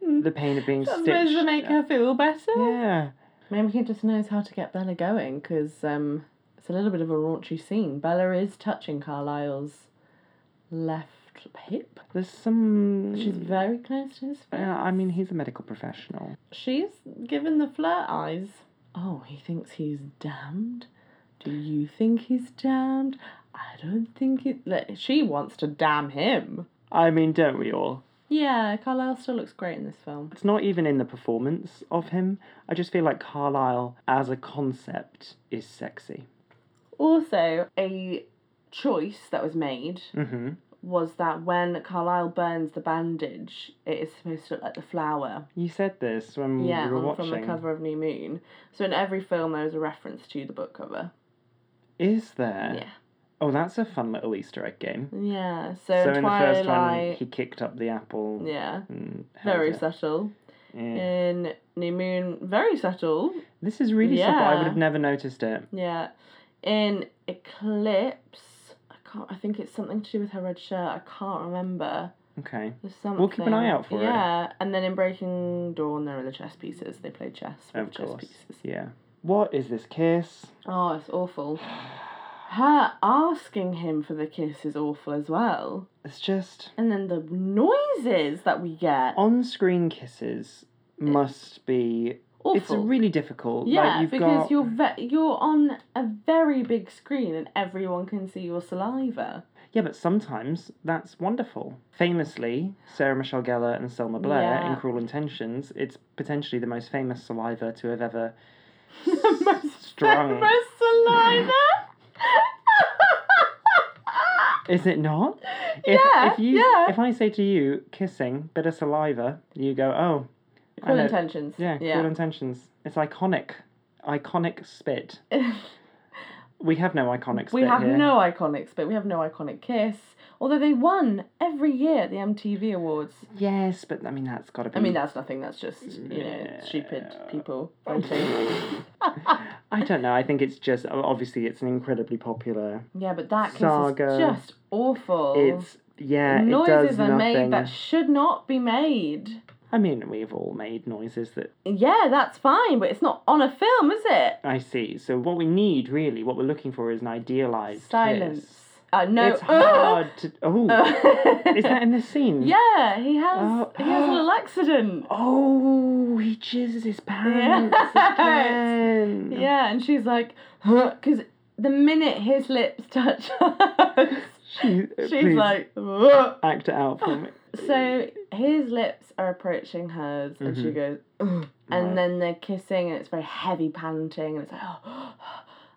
Speaker 1: the pain of being
Speaker 2: That's
Speaker 1: stitched?
Speaker 2: supposed to make her feel better.
Speaker 1: Yeah.
Speaker 2: Maybe he just knows how to get Bella going because um, it's a little bit of a raunchy scene. Bella is touching Carlyle's left hip.
Speaker 1: There's some.
Speaker 2: She's very close to his
Speaker 1: Uh,
Speaker 2: face.
Speaker 1: I mean, he's a medical professional.
Speaker 2: She's given the flirt eyes. Oh, he thinks he's damned. Do you think he's damned? I don't think it. Like, she wants to damn him.
Speaker 1: I mean, don't we all?
Speaker 2: Yeah, Carlyle still looks great in this film.
Speaker 1: It's not even in the performance of him. I just feel like Carlyle, as a concept, is sexy.
Speaker 2: Also, a choice that was made
Speaker 1: Mm-hmm.
Speaker 2: was that when Carlisle burns the bandage, it is supposed to look like the flower.
Speaker 1: You said this when
Speaker 2: Yeah,
Speaker 1: Mm, we were
Speaker 2: on-
Speaker 1: watching.
Speaker 2: from the cover of New Moon. So in every film, there is a reference to the book cover.
Speaker 1: Is there?
Speaker 2: Yeah.
Speaker 1: Oh, that's a fun little Easter egg game.
Speaker 2: Yeah. So,
Speaker 1: So
Speaker 2: in
Speaker 1: in the first one,
Speaker 2: Twilight.
Speaker 1: he kicked up the apple.
Speaker 2: yeah.
Speaker 1: and held
Speaker 2: Very
Speaker 1: it.
Speaker 2: subtle.
Speaker 1: Yeah.
Speaker 2: In New Moon, very subtle.
Speaker 1: This is really subtle. I would
Speaker 2: Yeah.
Speaker 1: have never noticed it.
Speaker 2: Yeah. In Eclipse, I can't. I think it's something to do with her red shirt. I can't remember.
Speaker 1: Okay.
Speaker 2: There's something.
Speaker 1: We'll keep an eye out for it.
Speaker 2: Yeah, and then in Breaking Dawn, there are the chess pieces. They play chess with
Speaker 1: Of
Speaker 2: chess
Speaker 1: course.
Speaker 2: pieces.
Speaker 1: Yeah. What is this kiss?
Speaker 2: Oh, it's awful. Her asking him for the kiss is awful as well.
Speaker 1: It's just
Speaker 2: And then the noises that we get,
Speaker 1: on-screen kisses must be.
Speaker 2: awful.
Speaker 1: It's really difficult.
Speaker 2: yeah,
Speaker 1: like, you've
Speaker 2: because
Speaker 1: got,
Speaker 2: you're ve- you're on a very big screen and everyone can see your saliva.
Speaker 1: Yeah, but sometimes that's wonderful. Famously, Sarah Michelle Gellar and Selma Blair in
Speaker 2: Yeah.
Speaker 1: Cruel Intentions, it's potentially the most famous saliva to have ever
Speaker 2: the most
Speaker 1: strung.
Speaker 2: famous saliva.
Speaker 1: Is it not?
Speaker 2: Yeah,
Speaker 1: if you,
Speaker 2: yeah.
Speaker 1: If I say to you, kissing, bit of saliva, you go, oh, I
Speaker 2: Cruel
Speaker 1: know-
Speaker 2: intentions.
Speaker 1: yeah, Cruel Intentions. It's iconic. Iconic spit. We have no iconic spit
Speaker 2: we have
Speaker 1: here.
Speaker 2: no iconics, but we have no iconic kiss. Although they won every year at the MTV Awards.
Speaker 1: Yes, but I mean, that's got to be...
Speaker 2: I mean, that's nothing. That's just you know stupid people voting.
Speaker 1: I don't know. I think it's just... o- Obviously, it's an incredibly popular...
Speaker 2: yeah, but that kiss
Speaker 1: Saga.
Speaker 2: is just awful.
Speaker 1: It's... Yeah, it does
Speaker 2: noises
Speaker 1: nothing.
Speaker 2: are made that should not be made.
Speaker 1: I mean, we've all made noises that
Speaker 2: Yeah, that's fine, but it's not on a film, is it?
Speaker 1: I see. So what we need, really, what we're looking for is an idealized
Speaker 2: Silence.
Speaker 1: kiss.
Speaker 2: Uh, no. Uh.
Speaker 1: It's hard to. Oh, is that in this scene?
Speaker 2: Yeah, he has.
Speaker 1: Oh.
Speaker 2: He has a little accident.
Speaker 1: Oh, he jizzes his pants
Speaker 2: Yes.
Speaker 1: again.
Speaker 2: Yeah, and she's like, because the minute his lips touch us,
Speaker 1: She,
Speaker 2: she's
Speaker 1: Uh, please,
Speaker 2: like, "Ugh."
Speaker 1: act it out for me.
Speaker 2: so his lips are approaching hers, and she
Speaker 1: Mhm.
Speaker 2: goes, "Ugh." and
Speaker 1: Right.
Speaker 2: then they're kissing, and it's very heavy panting, and it's like, oh,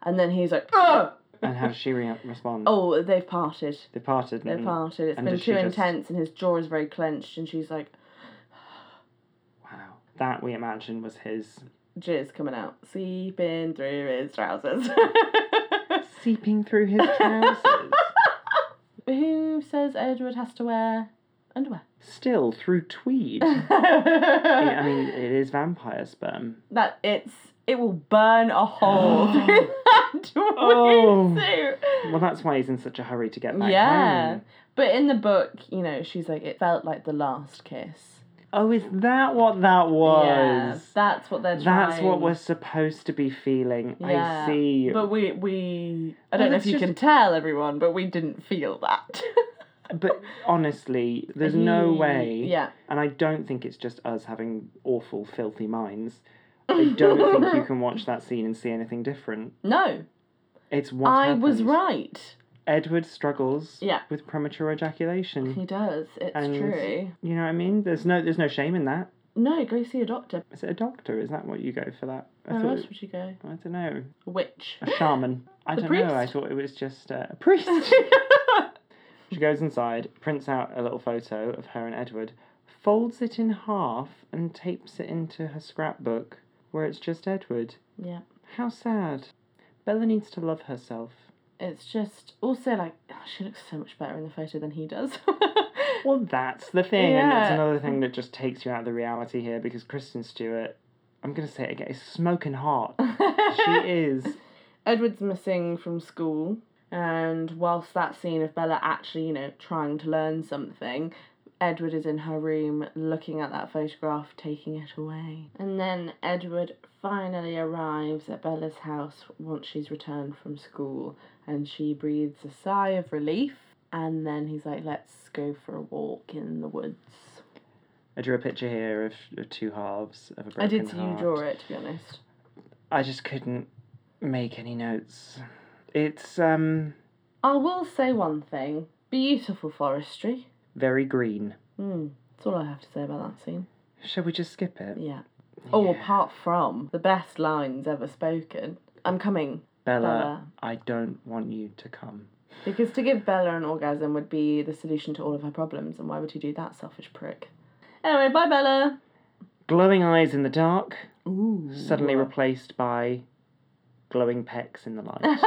Speaker 2: and then he's like, "Ugh."
Speaker 1: And how does she re- respond?
Speaker 2: oh, they've parted.
Speaker 1: They parted.
Speaker 2: They've
Speaker 1: and-
Speaker 2: parted. It's
Speaker 1: Mm-hmm. And
Speaker 2: been
Speaker 1: does she
Speaker 2: too
Speaker 1: just-
Speaker 2: intense, and his jaw is very clenched, and she's like,
Speaker 1: Wow. That we imagine was his
Speaker 2: jizz coming out, seeping through his trousers.
Speaker 1: seeping through his trousers.
Speaker 2: Who says Edward has to wear underwear?
Speaker 1: Still through tweed. I mean, it is vampire sperm.
Speaker 2: that it's it will burn a hole through that
Speaker 1: Oh.
Speaker 2: wetsuit.
Speaker 1: Well, that's why he's in such a hurry to get back
Speaker 2: Yeah.
Speaker 1: home.
Speaker 2: But in the book, you know, she's like, it felt like the last kiss.
Speaker 1: Oh, is that what that
Speaker 2: Yeah,
Speaker 1: was?
Speaker 2: that's what they're trying.
Speaker 1: That's what we're supposed to be feeling.
Speaker 2: Yeah,
Speaker 1: I see.
Speaker 2: But we we I
Speaker 1: Well,
Speaker 2: don't know if
Speaker 1: it's
Speaker 2: you
Speaker 1: just-
Speaker 2: can tell everyone, but we didn't feel that.
Speaker 1: But honestly, there's no way.
Speaker 2: Yeah.
Speaker 1: And I don't think it's just us having awful, filthy minds. I don't think you can watch that scene and see anything different.
Speaker 2: No,
Speaker 1: It's what
Speaker 2: I was
Speaker 1: happens.
Speaker 2: right.
Speaker 1: Edward struggles
Speaker 2: Yeah.
Speaker 1: with premature ejaculation.
Speaker 2: He does. It's
Speaker 1: And-
Speaker 2: true.
Speaker 1: You know what I mean? There's no, there's no shame in that.
Speaker 2: No, go see a doctor.
Speaker 1: Is it a doctor? Is that what you go for that? I
Speaker 2: Where
Speaker 1: thought.
Speaker 2: else would you go?
Speaker 1: I don't know.
Speaker 2: A witch.
Speaker 1: a shaman. I
Speaker 2: The
Speaker 1: don't know. I
Speaker 2: priest.
Speaker 1: thought it was just uh, a priest. she goes inside, prints out a little photo of her and Edward, folds it in half, and tapes it into her scrapbook, where it's just Edward.
Speaker 2: yeah.
Speaker 1: How sad. Bella needs to love herself.
Speaker 2: It's just also like oh, she looks so much better in the photo than he does.
Speaker 1: Well, that's the thing, and that's
Speaker 2: Yeah.
Speaker 1: another thing that just takes you out of the reality here because Kristen Stewart, I'm gonna say it again, is smoking hot. she is.
Speaker 2: Edward's missing from school, and whilst that scene of Bella actually, you know, trying to learn something, Edward is in her room looking at that photograph, taking it away. And then Edward finally arrives at Bella's house once she's returned from school, and she breathes a sigh of relief, and then he's like, let's go for a walk in the woods.
Speaker 1: I drew a picture here of, of two halves of a broken
Speaker 2: I did see
Speaker 1: heart.
Speaker 2: you draw it, to be honest.
Speaker 1: I just couldn't make any notes. It's um
Speaker 2: I will say one thing beautiful forestry.
Speaker 1: very green.
Speaker 2: Hmm. That's all I have to say about that scene.
Speaker 1: Shall we just skip it?
Speaker 2: Yeah. Oh, apart from the best lines ever spoken. I'm coming.
Speaker 1: Bella,
Speaker 2: Bella.
Speaker 1: I don't want you to come.
Speaker 2: Because to give Bella an orgasm would be the solution to all of her problems, and why would you do that, selfish prick? Anyway, bye, Bella.
Speaker 1: Glowing eyes in the dark,
Speaker 2: Ooh.
Speaker 1: suddenly replaced by glowing pecs in the light.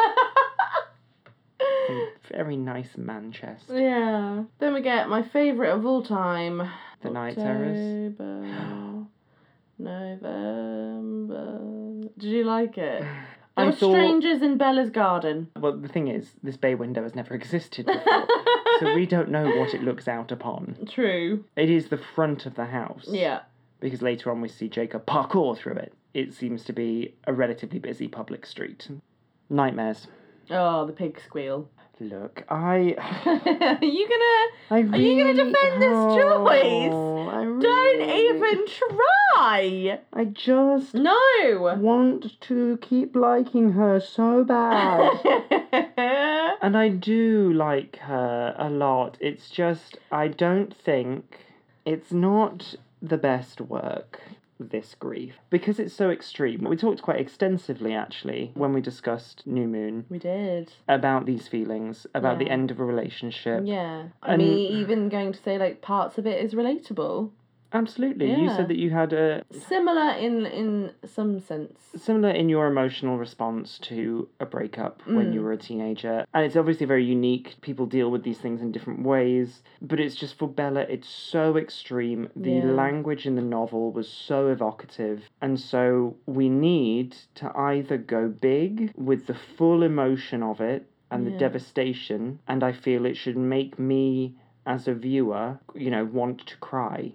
Speaker 1: Very nice man chest.
Speaker 2: yeah. Then we get my favourite of all time.
Speaker 1: The night terrors.
Speaker 2: October, November. Did you like it? There
Speaker 1: I
Speaker 2: were
Speaker 1: thought-
Speaker 2: strangers in Bella's garden.
Speaker 1: Well, the thing is, this bay window has never existed before, so we don't know what it looks out upon.
Speaker 2: True.
Speaker 1: It is the front of the house.
Speaker 2: Yeah.
Speaker 1: Because later on we see Jacob parkour through it. It seems to be a relatively busy public street. Nightmares.
Speaker 2: Oh, the pig squeal.
Speaker 1: Look, I.
Speaker 2: Are you gonna?
Speaker 1: I
Speaker 2: Are you gonna
Speaker 1: really-
Speaker 2: defend this
Speaker 1: Oh, I
Speaker 2: Don't
Speaker 1: really-
Speaker 2: even try.
Speaker 1: I just
Speaker 2: No.
Speaker 1: want to keep liking her so bad. And I do like her a lot. It's just, I don't think it's not the best work, this grief, because it's so extreme. We talked quite extensively, actually, when we discussed New Moon
Speaker 2: we did.
Speaker 1: about these feelings, about the
Speaker 2: Yeah.
Speaker 1: end of a relationship.
Speaker 2: Yeah. I
Speaker 1: And-
Speaker 2: mean, even going to say like parts of it is relatable.
Speaker 1: Absolutely. You
Speaker 2: Yeah.
Speaker 1: said that you had a.
Speaker 2: Similar in in some sense.
Speaker 1: Similar in your emotional response to a breakup when
Speaker 2: Mm.
Speaker 1: you were a teenager. And it's obviously very unique. People deal with these things in different ways. But it's just for Bella, it's so extreme. The
Speaker 2: Yeah.
Speaker 1: language in the novel was so evocative. And so we need to either go big with the full emotion of it and the
Speaker 2: Yeah.
Speaker 1: devastation. And I feel it should make me, as a viewer, you know, want to cry.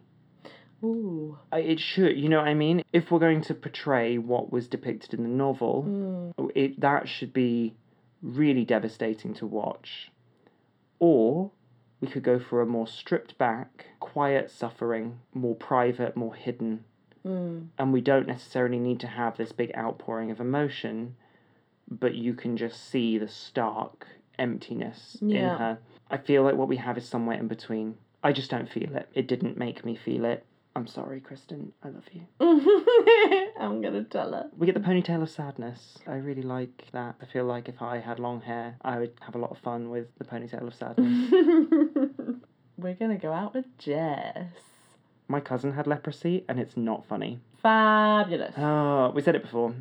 Speaker 2: Ooh.
Speaker 1: I- It should, you know what I mean? If we're going to portray what was depicted in the novel,
Speaker 2: Mm.
Speaker 1: it, that should be really devastating to watch. Or we could go for a more stripped back, quiet suffering, more private, more hidden,
Speaker 2: Mm.
Speaker 1: and we don't necessarily need to have this big outpouring of emotion, but you can just see the stark emptiness
Speaker 2: Yeah.
Speaker 1: in her. I feel like what we have is somewhere in between. I just don't feel it. It didn't make me feel it. I'm sorry, Kristen. I love you.
Speaker 2: I'm gonna tell her.
Speaker 1: We get the ponytail of sadness. I really like that. I feel like if I had long hair, I would have a lot of fun with the ponytail of sadness.
Speaker 2: Mm-hmm. We're gonna go out with Jess.
Speaker 1: My cousin had leprosy, and it's not funny.
Speaker 2: Fabulous.
Speaker 1: Oh, we said it before.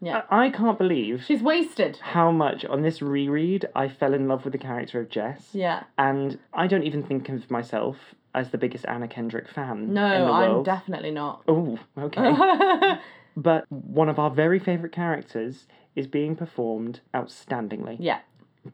Speaker 2: Yeah.
Speaker 1: I, I can't believe
Speaker 2: She's wasted.
Speaker 1: how much on this reread I fell in love with the character of Jess.
Speaker 2: Yeah.
Speaker 1: And I don't even think of myself as the biggest Anna Kendrick fan.
Speaker 2: No,
Speaker 1: in the
Speaker 2: I'm
Speaker 1: world.
Speaker 2: definitely not.
Speaker 1: Oh, okay. but one of our very favourite characters is being performed outstandingly.
Speaker 2: yeah.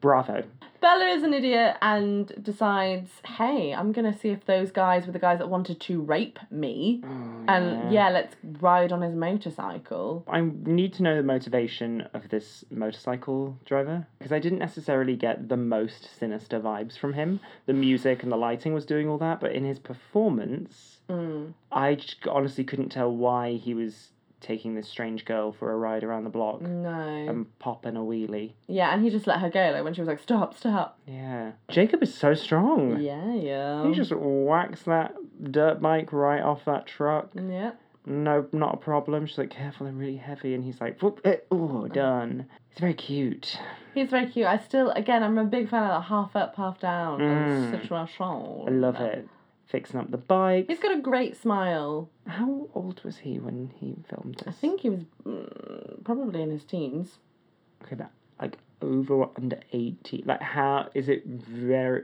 Speaker 1: Bravo.
Speaker 2: Bella is an idiot and decides, hey, I'm gonna see if those guys were the guys that wanted to rape me.
Speaker 1: Oh,
Speaker 2: And yeah, let's ride on his motorcycle.
Speaker 1: I need to know the motivation of this motorcycle driver because I didn't necessarily get the most sinister vibes from him. The music and the lighting was doing all that, but in his performance,
Speaker 2: Mm.
Speaker 1: I j- honestly couldn't tell why he was taking this strange girl for a ride around the block
Speaker 2: Mm. No.
Speaker 1: and popping a wheelie.
Speaker 2: yeah, and he just let her go, like when she was like, stop, stop.
Speaker 1: Yeah. Jacob is so strong.
Speaker 2: Yeah, yeah.
Speaker 1: He just whacks that dirt bike right off that truck.
Speaker 2: Yeah.
Speaker 1: No, not a problem. She's like, careful, I'm really heavy. And he's like, whoop, eh, oh, done. It's very cute.
Speaker 2: He's very cute. I still, again, I'm a big fan of that half up, half down
Speaker 1: Mm.
Speaker 2: situation.
Speaker 1: I love it. Fixing up the bike.
Speaker 2: He's got a great smile.
Speaker 1: How old was he when he filmed
Speaker 2: I
Speaker 1: this?
Speaker 2: think he was mm, probably in his teens.
Speaker 1: Okay, that, like over or under 80. Like, how is it very.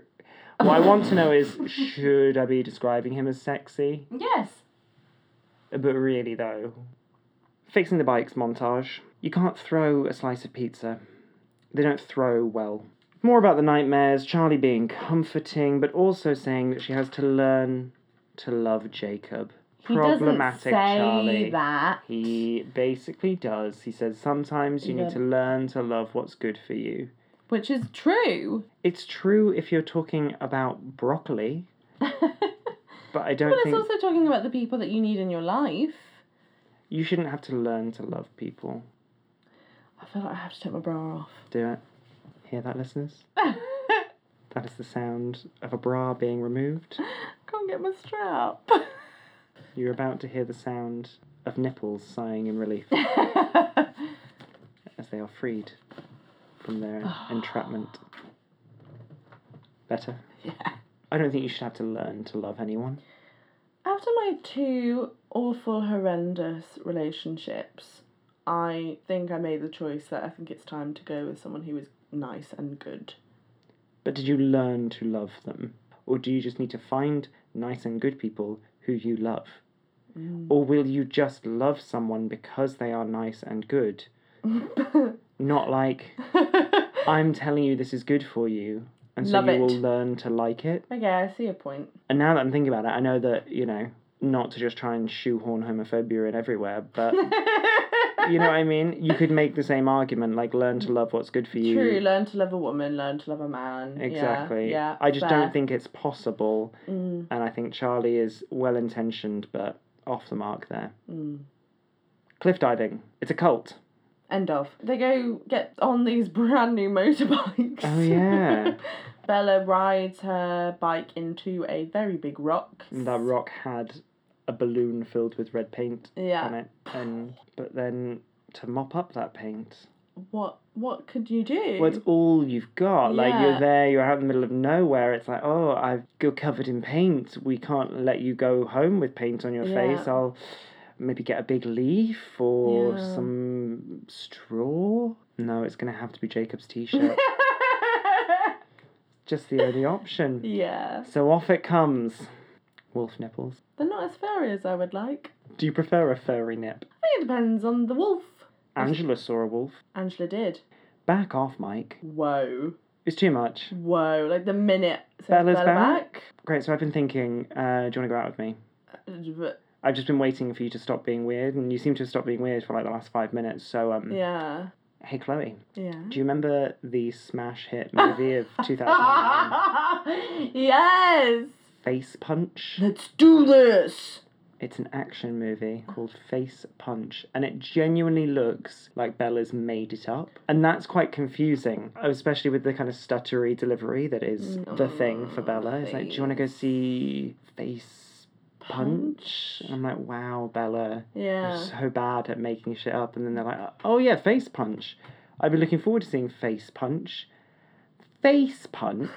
Speaker 1: What I want to know is should I be describing him as sexy?
Speaker 2: Yes.
Speaker 1: But really, though, fixing the bikes montage. You can't throw a slice of pizza. They don't throw well. More about the nightmares, Charlie being comforting, but also saying that she has to learn to love Jacob.
Speaker 2: He
Speaker 1: Problematic
Speaker 2: doesn't say
Speaker 1: Charlie.
Speaker 2: that.
Speaker 1: He basically does. He says sometimes you
Speaker 2: Yeah.
Speaker 1: need to learn to love what's good for you.
Speaker 2: Which is true.
Speaker 1: It's true if you're talking about broccoli,
Speaker 2: well,
Speaker 1: but I don't
Speaker 2: it's
Speaker 1: think
Speaker 2: also talking about the people that you need in your life.
Speaker 1: you shouldn't have to learn to love people.
Speaker 2: I feel like I have to take my bra
Speaker 1: Do it. Hear that, listeners?
Speaker 2: off.
Speaker 1: That is the sound of a bra being removed.
Speaker 2: Can't get my strap.
Speaker 1: You're about to hear the sound of nipples sighing in relief as they are freed from their entrapment. Better.
Speaker 2: Yeah.
Speaker 1: I don't think you should have to learn to love anyone.
Speaker 2: After my two awful, horrendous relationships, I think I made the choice that I think it's time to go with someone who is nice and good.
Speaker 1: But did you learn to love them? Or do you just need to find nice and good people who you love?
Speaker 2: Mm.
Speaker 1: Or will you just love someone because they are nice and good? Not like, I'm telling you this is good for you, and so
Speaker 2: Love
Speaker 1: you
Speaker 2: it.
Speaker 1: will learn to like it.
Speaker 2: okay, I see your point.
Speaker 1: And now that I'm thinking about it, I know that, you know, not to just try and shoehorn homophobia in everywhere, but you know what I mean? You could make the same argument, like learn to love what's good for you.
Speaker 2: True, learn to love a woman, learn to love a man. Yeah,
Speaker 1: Mm. Exactly.
Speaker 2: Yeah.
Speaker 1: I just
Speaker 2: fair.
Speaker 1: don't think it's possible.
Speaker 2: Mm,
Speaker 1: And I think Charlie is well intentioned, but off the mark there.
Speaker 2: mm.
Speaker 1: Cliff diving. It's a cult.
Speaker 2: End of. They go get on these brand new motorbikes.
Speaker 1: Oh, yeah.
Speaker 2: Bella rides her bike into a very big rock.
Speaker 1: And that rock had a balloon filled with red paint on
Speaker 2: Yeah.
Speaker 1: it. And but then to mop up that paint.
Speaker 2: What what could you do?
Speaker 1: Well, it's all you've got. Like you're
Speaker 2: Yeah.
Speaker 1: there, you're out in the middle of nowhere. It's like, oh, I've you're covered in paint. We can't let you go home with paint on your
Speaker 2: Yeah.
Speaker 1: face. I'll maybe get a big leaf or
Speaker 2: Yeah.
Speaker 1: some straw. No, it's gonna have to be Jacob's t-shirt. Just the only option.
Speaker 2: yeah.
Speaker 1: So off it comes. Wolf nipples.
Speaker 2: They're not as furry as I would like.
Speaker 1: Do you prefer a furry nip?
Speaker 2: I think it depends on the wolf.
Speaker 1: Angela saw a wolf.
Speaker 2: Angela did.
Speaker 1: Back off, Mike.
Speaker 2: Whoa.
Speaker 1: It's too much.
Speaker 2: Whoa. Like the minute it says
Speaker 1: Bella's
Speaker 2: Bella
Speaker 1: back? Great. So I've been thinking. Uh, do you want to go out with me?
Speaker 2: back.
Speaker 1: I've just been waiting for you to stop being weird, and you seem to have stopped being weird for like the last five minutes. So, um,
Speaker 2: Yeah.
Speaker 1: hey Chloe,
Speaker 2: Yeah.
Speaker 1: do you remember the smash hit movie of 2009,
Speaker 2: yes!
Speaker 1: Face Punch?
Speaker 2: Let's do this!
Speaker 1: It's an action movie called Face Punch, and it genuinely looks like Bella's made it up, and that's quite confusing, especially with the kind of stuttery delivery that is the thing for Bella. It's like, do you want to go see Face Punch? And I'm like, wow, Bella.
Speaker 2: Yeah.
Speaker 1: so bad at making shit up and then they're like oh yeah face punch i've been looking forward to seeing face punch face punch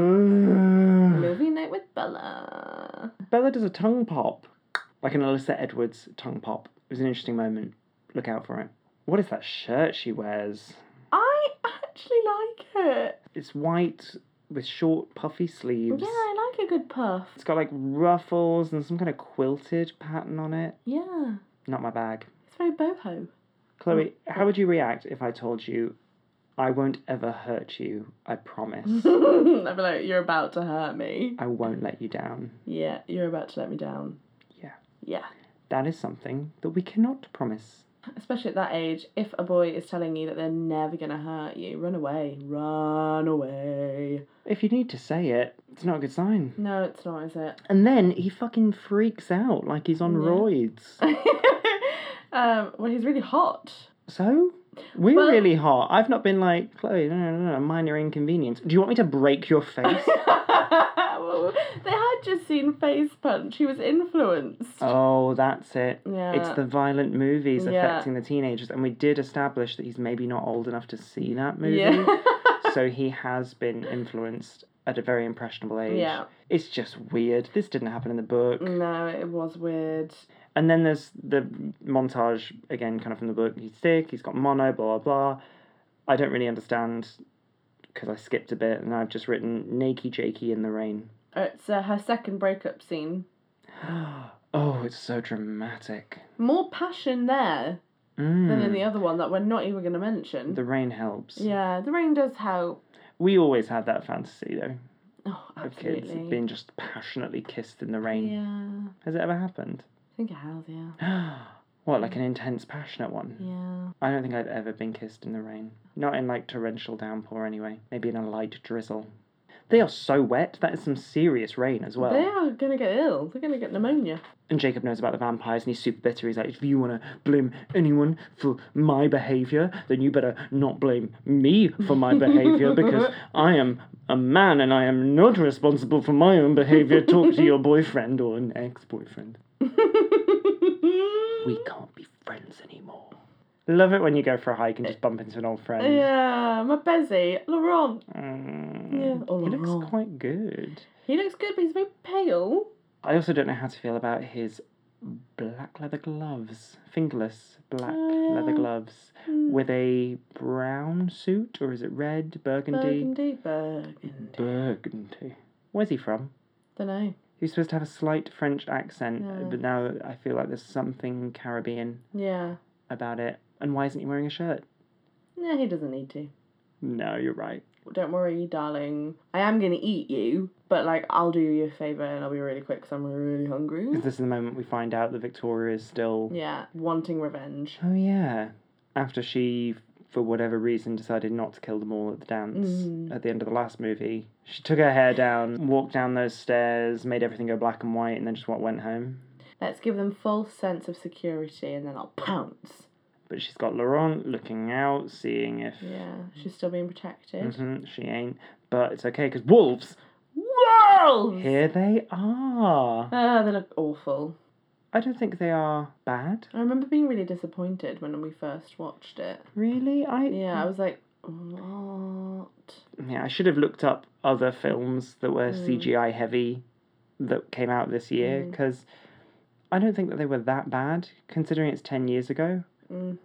Speaker 1: Ugh.
Speaker 2: Movie night with Bella.
Speaker 1: bella does a tongue pop like an alyssa edwards tongue pop it was an interesting moment look out for it what is that shirt she wears
Speaker 2: I actually like it.
Speaker 1: it's white with short puffy sleeves
Speaker 2: Yeah, I like a good puff.
Speaker 1: it's got like ruffles and some kind of quilted pattern on it
Speaker 2: Yeah.
Speaker 1: not my bag
Speaker 2: It's very boho.
Speaker 1: Chloe, how would you react if I told you I won't ever hurt you? I promise.
Speaker 2: I'd be like, you're about to hurt me.
Speaker 1: I won't let you down.
Speaker 2: Yeah, you're about to let me down.
Speaker 1: Yeah.
Speaker 2: Yeah.
Speaker 1: That is something that we cannot promise.
Speaker 2: Especially at that age, if a boy is telling you that they're never going to hurt you, run away. Run away.
Speaker 1: If you need to say it, it's not a good sign.
Speaker 2: No, it's not, is it?
Speaker 1: And then he fucking freaks out like he's on
Speaker 2: Yeah.
Speaker 1: roids.
Speaker 2: um, well, he's really hot.
Speaker 1: So? We're
Speaker 2: Well-
Speaker 1: really hot. I've not been like, Chloe, no, no, no, no, minor inconvenience. Do you want me to break your face?
Speaker 2: Well, they had just seen Face Punch. He was influenced.
Speaker 1: oh, that's it.
Speaker 2: yeah.
Speaker 1: It's the violent movies
Speaker 2: Yeah.
Speaker 1: affecting the teenagers, and we did establish that he's maybe not old enough to see that movie.
Speaker 2: Yeah.
Speaker 1: so he has been influenced at a very impressionable age.
Speaker 2: yeah. Mm.
Speaker 1: It's just weird. This didn't happen in the book.
Speaker 2: No, it was weird.
Speaker 1: And then there's the montage again, kind of from the book. He's sick. He's got mono. Blah blah blah. I don't really understand because I skipped a bit, and I've just written "Nakey Jakey in the rain."
Speaker 2: It's uh, her second breakup scene.
Speaker 1: oh, it's so dramatic.
Speaker 2: More passion there
Speaker 1: Mm.
Speaker 2: than in the other one that we're not even going to mention.
Speaker 1: The rain helps.
Speaker 2: yeah, the rain does help.
Speaker 1: We always had that fantasy though
Speaker 2: Oh,
Speaker 1: of kids
Speaker 2: absolutely.
Speaker 1: being just passionately kissed in the rain.
Speaker 2: Yeah,
Speaker 1: Has it ever happened?
Speaker 2: I think it has. Yeah,
Speaker 1: what, like an intense, passionate one?
Speaker 2: yeah.
Speaker 1: I don't think I've ever been kissed in the rain. Not in like torrential downpour, anyway. Maybe in a light drizzle. They are so wet. That is some serious rain as well.
Speaker 2: they are gonna get ill. They're gonna get pneumonia.
Speaker 1: And Jacob knows about the vampires, and he's super bitter. He's like, if you want to blame anyone for my behavior, then you better not blame me for my behavior because I am a man and I am not responsible for my own behavior. Talk to your boyfriend or an ex-boyfriend. We can't be friends anymore. Love it when you go for a hike and just bump into an old friend.
Speaker 2: Eh. Yeah, my Bezzy, Laurent.
Speaker 1: Mm.
Speaker 2: Yeah, or
Speaker 1: He looks
Speaker 2: Laurent.
Speaker 1: quite good.
Speaker 2: He looks good, but he's very pale.
Speaker 1: I also don't know how to feel about his black leather gloves, fingerless black
Speaker 2: Oh,
Speaker 1: leather
Speaker 2: yeah.
Speaker 1: gloves
Speaker 2: Mm,
Speaker 1: with a brown suit, or is it red, burgundy?
Speaker 2: Burgundy, burgundy.
Speaker 1: Burgundy. Where's he from?
Speaker 2: Don't know.
Speaker 1: He was supposed to have a slight French accent,
Speaker 2: Yeah.
Speaker 1: but now I feel like there's something Caribbean
Speaker 2: Yeah.
Speaker 1: about it. And why isn't he wearing a shirt?
Speaker 2: No, he doesn't need to.
Speaker 1: No, you're right.
Speaker 2: Don't worry, darling. I am gonna eat you, but like I'll do you a favor and I'll be really quick because I'm really hungry.
Speaker 1: 'Cause this is the moment we find out that Victoria is still.
Speaker 2: Yeah, wanting revenge.
Speaker 1: Oh, yeah. After she, for whatever reason, decided not to kill them all at the dance
Speaker 2: Mhm.
Speaker 1: at the end of the last movie, she took her hair down, walked down those stairs, made everything go black and white, and then just wa- went home.
Speaker 2: Let's give them false sense of security and then I'll pounce.
Speaker 1: But she's got Laurent looking out, seeing if.
Speaker 2: Yeah, she's still being protected.
Speaker 1: Mhm, she ain't. But it's okay, because wolves,
Speaker 2: Wolves!
Speaker 1: Mm-hmm. here they are.
Speaker 2: Ah, they look awful.
Speaker 1: I don't think they are bad.
Speaker 2: I remember being really disappointed when we first watched it.
Speaker 1: Really? I
Speaker 2: Yeah, I was like, what?
Speaker 1: yeah, I should have looked up other films that were
Speaker 2: Mm.
Speaker 1: CGI heavy that came out this year
Speaker 2: Mm.
Speaker 1: because I don't think that they were that bad considering it's 10 years ago.
Speaker 2: Mm.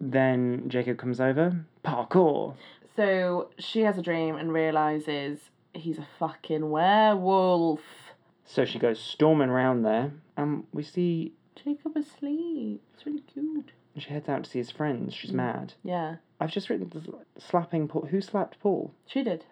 Speaker 1: Then Jacob comes over, parkour.
Speaker 2: So she has a dream and realizes he's a fucking werewolf.
Speaker 1: So she goes storming round there, and we see
Speaker 2: Jacob asleep. It's really cute.
Speaker 1: she heads out to see his friends. She's mad.
Speaker 2: Yeah,
Speaker 1: I've just written the slapping Paul. Who slapped Paul?
Speaker 2: she did.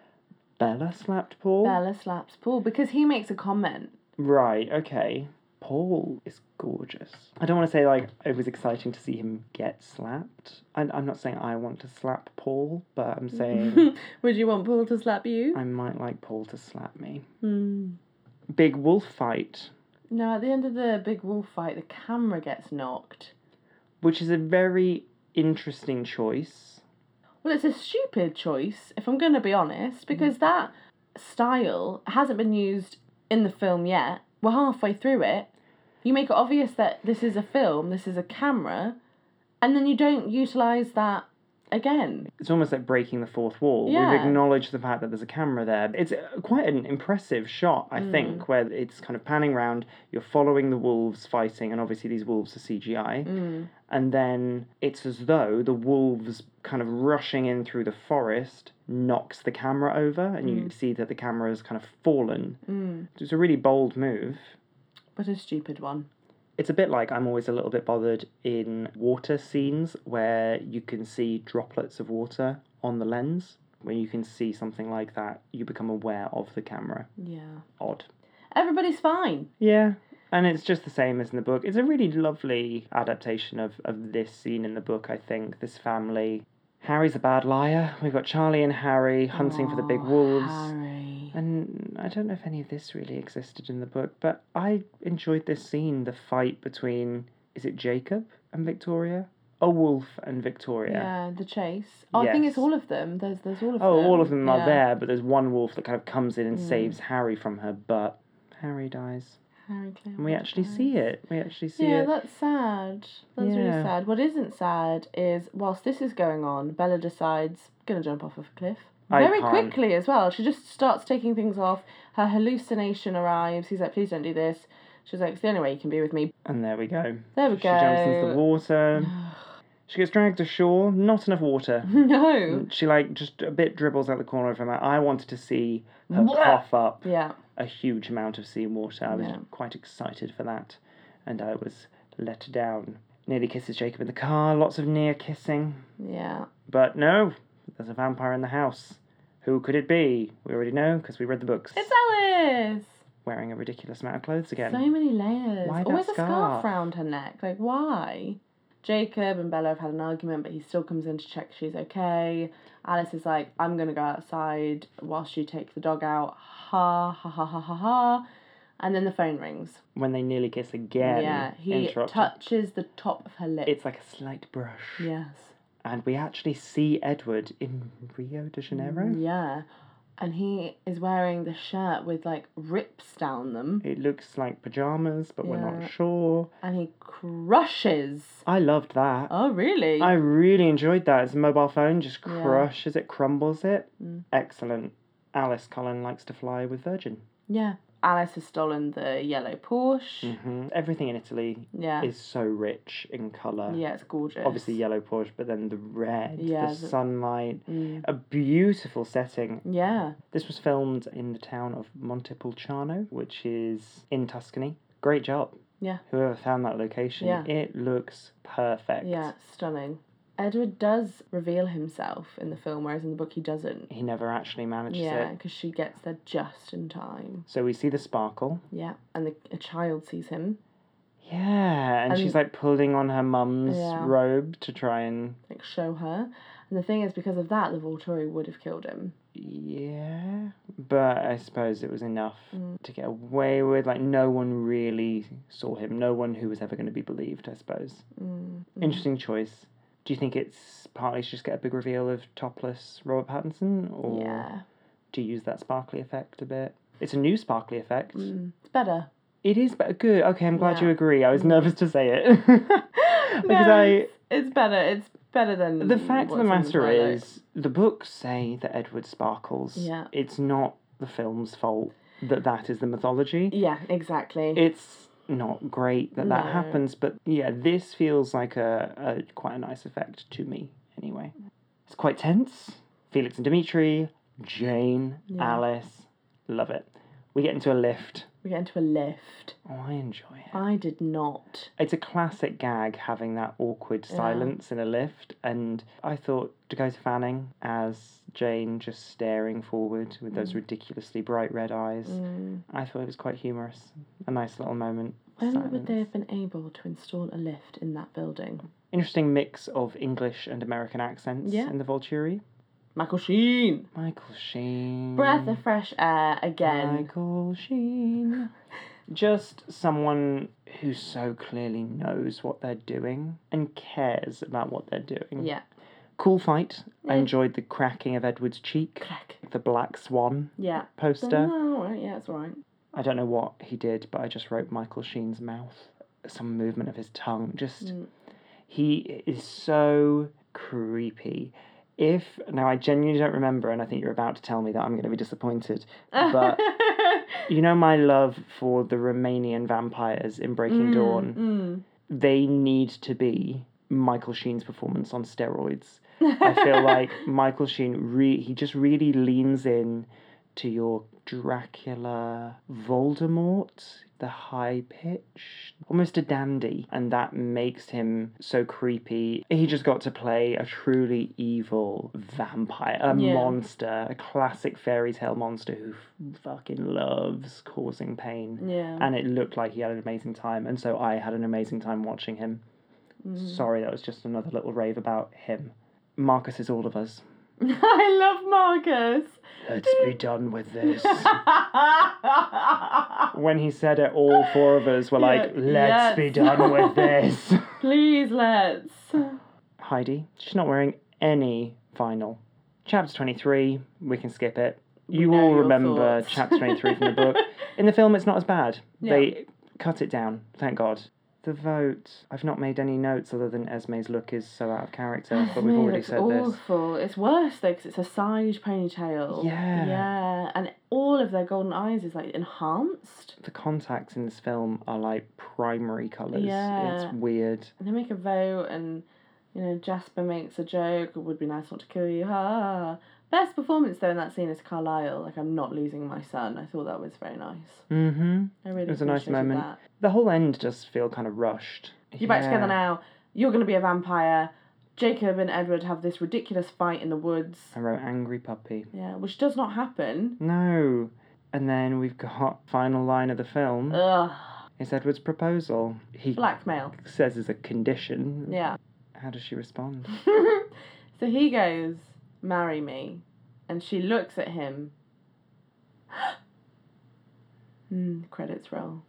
Speaker 1: Bella slapped Paul?
Speaker 2: Bella slaps Paul because he makes a comment.
Speaker 1: Right, okay. Paul is gorgeous. I don't want to say like it was exciting to see him get slapped. I, I'm not saying I want to slap Paul, but I'm saying
Speaker 2: Would you want Paul to slap you?
Speaker 1: I might like Paul to slap me.
Speaker 2: Hmm.
Speaker 1: Big wolf fight,
Speaker 2: No, at the end of the big wolf fight, the camera gets knocked.
Speaker 1: which is a very interesting choice.
Speaker 2: Well, it's a stupid choice, if I'm going to be honest, because that style hasn't been used in the film yet. We're halfway through it. You make it obvious that this is a film, this is a camera, and then you don't utilise that again.
Speaker 1: It's almost like breaking the fourth wall. We've
Speaker 2: Yeah.
Speaker 1: acknowledged the fact that there's a camera there. It's uh, quite an impressive shot,
Speaker 2: Mm.
Speaker 1: I think, where it's kind of panning round. You're following the wolves fighting, and obviously these wolves are CGI.
Speaker 2: Mm.
Speaker 1: and then it's as though the wolves kind of rushing in through the forest knocks the camera over and you see that the camera has kind of fallen
Speaker 2: Mm.
Speaker 1: it's a really bold move
Speaker 2: But a stupid one.
Speaker 1: it's a bit like i'm always a little bit bothered in water scenes where you can see droplets of water on the lens when you can see something like that you become aware of the camera
Speaker 2: Yeah.
Speaker 1: odd
Speaker 2: Everybody's fine.
Speaker 1: yeah and it's just the same as in the book. It's a really lovely adaptation of, of this scene in the book, I think. This family. Harry's a bad liar. We've got Charlie and Harry hunting for the big
Speaker 2: Oh,
Speaker 1: wolves.
Speaker 2: Harry.
Speaker 1: And I don't know if any of this really existed in the book, but I enjoyed this scene the fight between, is it Jacob and Victoria? A wolf and Victoria.
Speaker 2: Yeah, the chase. Oh, I think it's
Speaker 1: Yes.
Speaker 2: all of them. There's there's all of
Speaker 1: Oh,
Speaker 2: them.
Speaker 1: all of them
Speaker 2: Yeah.
Speaker 1: are there, but there's one wolf that kind of comes in and saves Harry from her, but Harry dies.
Speaker 2: Harry Clown.
Speaker 1: And we actually see it. We actually see
Speaker 2: Yeah,
Speaker 1: it.
Speaker 2: that's sad. That's really
Speaker 1: Yeah.
Speaker 2: sad. What isn't sad is whilst this is going on, Bella decides gonna jump off of a cliff.
Speaker 1: I
Speaker 2: Very
Speaker 1: can't.
Speaker 2: quickly as well. She just starts taking things off. Her hallucination arrives. He's like, please don't do this. She's like, it's the only way you can be with me.
Speaker 1: And there we go.
Speaker 2: There we
Speaker 1: She jumps into
Speaker 2: go.
Speaker 1: the water. she gets dragged ashore. Not enough water.
Speaker 2: no.
Speaker 1: She like just a bit dribbles out the corner of her mouth. I wanted to see her
Speaker 2: Blech.
Speaker 1: cough up
Speaker 2: Yeah.
Speaker 1: a huge amount of seawater. I was
Speaker 2: Yeah.
Speaker 1: quite excited for that, and I was let down. Nearly kisses Jacob in the car. Lots of near kissing,
Speaker 2: Yeah.
Speaker 1: but no, there's a vampire in the house. Who could it be? We already know because we read the books.
Speaker 2: It's Alice.
Speaker 1: Wearing a ridiculous amount of clothes again.
Speaker 2: So many layers.
Speaker 1: Why that
Speaker 2: Always a scarf
Speaker 1: scarf?
Speaker 2: round her neck. Like why? Jacob and Bella have had an argument, but he still comes in to check she's okay. Alice is like, I'm gonna go outside whilst you take the dog out. Ha ha ha ha ha ha. And then the phone rings.
Speaker 1: when they nearly kiss again.
Speaker 2: yeah, he
Speaker 1: interrupted.
Speaker 2: touches the top of her lip.
Speaker 1: It's like a slight brush.
Speaker 2: yes. Mm.
Speaker 1: And we actually see Edward in Rio de Janeiro.
Speaker 2: Yeah. and he is wearing the shirt with like rips down them,
Speaker 1: It looks like pajamas, but we're
Speaker 2: Yeah.
Speaker 1: not sure.
Speaker 2: and he crushes.
Speaker 1: I loved that.
Speaker 2: Oh really?
Speaker 1: I really enjoyed that. It's a mobile phone, just
Speaker 2: Yeah.
Speaker 1: crushes it, crumbles it.
Speaker 2: Mm.
Speaker 1: Excellent. Alice Cullen likes to fly with Virgin.
Speaker 2: yeah. Alice has stolen the yellow Porsche.
Speaker 1: hmm Everything in Italy
Speaker 2: Yeah.
Speaker 1: is so rich in colour.
Speaker 2: yeah, it's gorgeous.
Speaker 1: Obviously, yellow Porsche, but then the red,
Speaker 2: Yeah,
Speaker 1: the
Speaker 2: the-
Speaker 1: sunlight.
Speaker 2: Mm.
Speaker 1: A beautiful setting.
Speaker 2: Yeah.
Speaker 1: This was filmed in the town of Montepulciano, which is in Tuscany. Great job.
Speaker 2: Yeah.
Speaker 1: Whoever found that location,
Speaker 2: Yeah.
Speaker 1: it looks perfect.
Speaker 2: Yeah, stunning. Edward does reveal himself in the film, whereas in the book he doesn't.
Speaker 1: He never actually manages
Speaker 2: Yeah,
Speaker 1: it.
Speaker 2: because she gets there just in time.
Speaker 1: So we see the sparkle.
Speaker 2: Yeah, and the, a child sees him,
Speaker 1: Yeah, and
Speaker 2: And-
Speaker 1: she's like pulling on her mum's
Speaker 2: Yeah.
Speaker 1: robe to try and.
Speaker 2: like show her. And the thing is, because of that, the Volturi would have killed him.
Speaker 1: Yeah, but I suppose it was enough
Speaker 2: Mm.
Speaker 1: to get away with. Like, no one really saw him. No one who was ever going to be believed, I suppose.
Speaker 2: Mm.
Speaker 1: Interesting choice. Do you think it's partly to just get a big reveal of topless Robert Pattinson, or
Speaker 2: Yeah,
Speaker 1: do you use that sparkly effect a bit? It's a new sparkly effect.
Speaker 2: mm. it's better.
Speaker 1: It is, but good. Okay, I'm glad
Speaker 2: Yeah. Mm.
Speaker 1: you agree. I was nervous to say it because
Speaker 2: No,
Speaker 1: I.
Speaker 2: it's- it's better. It's better than
Speaker 1: The fact of
Speaker 2: what's
Speaker 1: the
Speaker 2: in
Speaker 1: matter
Speaker 2: Twilight.
Speaker 1: is, the books say that Edward sparkles.
Speaker 2: Yeah.
Speaker 1: It's not the film's fault that that is the mythology.
Speaker 2: Yeah, exactly.
Speaker 1: It's not great that that
Speaker 2: No.
Speaker 1: happens, but yeah, this feels like a, a quite a nice effect to me anyway. It's quite tense. Felix and Dimitri, Jane,
Speaker 2: Yeah.
Speaker 1: Alice, love it. We get into a lift.
Speaker 2: we get into a lift.
Speaker 1: Oh, I enjoy it.
Speaker 2: I did not.
Speaker 1: It's a classic gag having that awkward silence in a lift, and I thought Dakota Fanning as Jane just staring forward with those ridiculously bright red eyes.
Speaker 2: Mm.
Speaker 1: I thought it was quite humorous. A nice little moment. of
Speaker 2: When would
Speaker 1: silence.
Speaker 2: they have been able to install a lift in that building?
Speaker 1: Interesting mix of English and American accents
Speaker 2: Yeah.
Speaker 1: in the Volturi.
Speaker 2: Michael Sheen.
Speaker 1: Michael Sheen.
Speaker 2: Breath of fresh air again.
Speaker 1: Michael Sheen. Just someone who so clearly knows what they're doing and cares about what they're doing.
Speaker 2: Yeah.
Speaker 1: Cool fight. I
Speaker 2: Yeah.
Speaker 1: enjoyed the cracking of Edward's cheek,
Speaker 2: Crack.
Speaker 1: the black swan
Speaker 2: Yeah.
Speaker 1: poster.
Speaker 2: No, alright, yeah, it's alright.
Speaker 1: I don't know what he did, but I just wrote Michael Sheen's mouth, some movement of his tongue. Just,
Speaker 2: Mm.
Speaker 1: he is so creepy. If, now I genuinely don't remember, and I think you're about to tell me that I'm going to be disappointed, but you know my love for the Romanian vampires in Breaking
Speaker 2: Mm,
Speaker 1: Dawn?
Speaker 2: mm.
Speaker 1: They need to be Michael Sheen's performance on steroids. I feel like Michael Sheen re- he just really leans in to your Dracula Voldemort, the high pitch, almost a dandy, and that makes him so creepy. He just got to play a truly evil vampire, a
Speaker 2: Yeah.
Speaker 1: monster, a classic fairy tale monster who f- fucking loves causing pain.
Speaker 2: Mm, Yeah.
Speaker 1: And it looked like he had an amazing time, and so I had an amazing time watching him.
Speaker 2: Mm-hmm.
Speaker 1: Sorry, that was just another little rave about him. Marcus is all of us.
Speaker 2: I love Marcus.
Speaker 1: Let's be done with this. when he said it, all four of us were like,
Speaker 2: Yeah,
Speaker 1: let's
Speaker 2: yes.
Speaker 1: be done with this.
Speaker 2: Please let's.
Speaker 1: Heidi, she's not wearing any vinyl. Chapter 23, we can skip it. You
Speaker 2: know
Speaker 1: all
Speaker 2: your
Speaker 1: remember
Speaker 2: thoughts.
Speaker 1: chapter 23 from the book. In the film, it's not as bad.
Speaker 2: Yeah.
Speaker 1: They cut it down, thank God. The vote. I've not made any notes other than Esme's look is so out of character, but we've
Speaker 2: Esme
Speaker 1: already
Speaker 2: looks
Speaker 1: said this.
Speaker 2: awful. It's worse though because it's a side ponytail.
Speaker 1: Yeah.
Speaker 2: Yeah, and all of their golden eyes is like enhanced.
Speaker 1: the contacts in this film are like primary colours.
Speaker 2: Yeah.
Speaker 1: It's weird.
Speaker 2: And they make a vote, and you know Jasper makes a joke. It would be nice not to kill you. Ha! Best performance though in that scene is Carlisle. Like I'm not losing my son. I thought that was very nice.
Speaker 1: hmm
Speaker 2: I really
Speaker 1: It was a nice
Speaker 2: appreciated
Speaker 1: moment.
Speaker 2: That.
Speaker 1: The whole end does feel kind of rushed.
Speaker 2: You're back together now. You're gonna be a vampire. Jacob and Edward have this ridiculous fight in the woods.
Speaker 1: I wrote Angry Puppy.
Speaker 2: Yeah, which does not happen.
Speaker 1: No. And then we've got final line of the film.
Speaker 2: Ugh.
Speaker 1: it's Edward's proposal. He
Speaker 2: Blackmail.
Speaker 1: says is a condition.
Speaker 2: Yeah.
Speaker 1: How does she respond?
Speaker 2: so he goes, "Marry me," and she looks at him. mm, credits roll.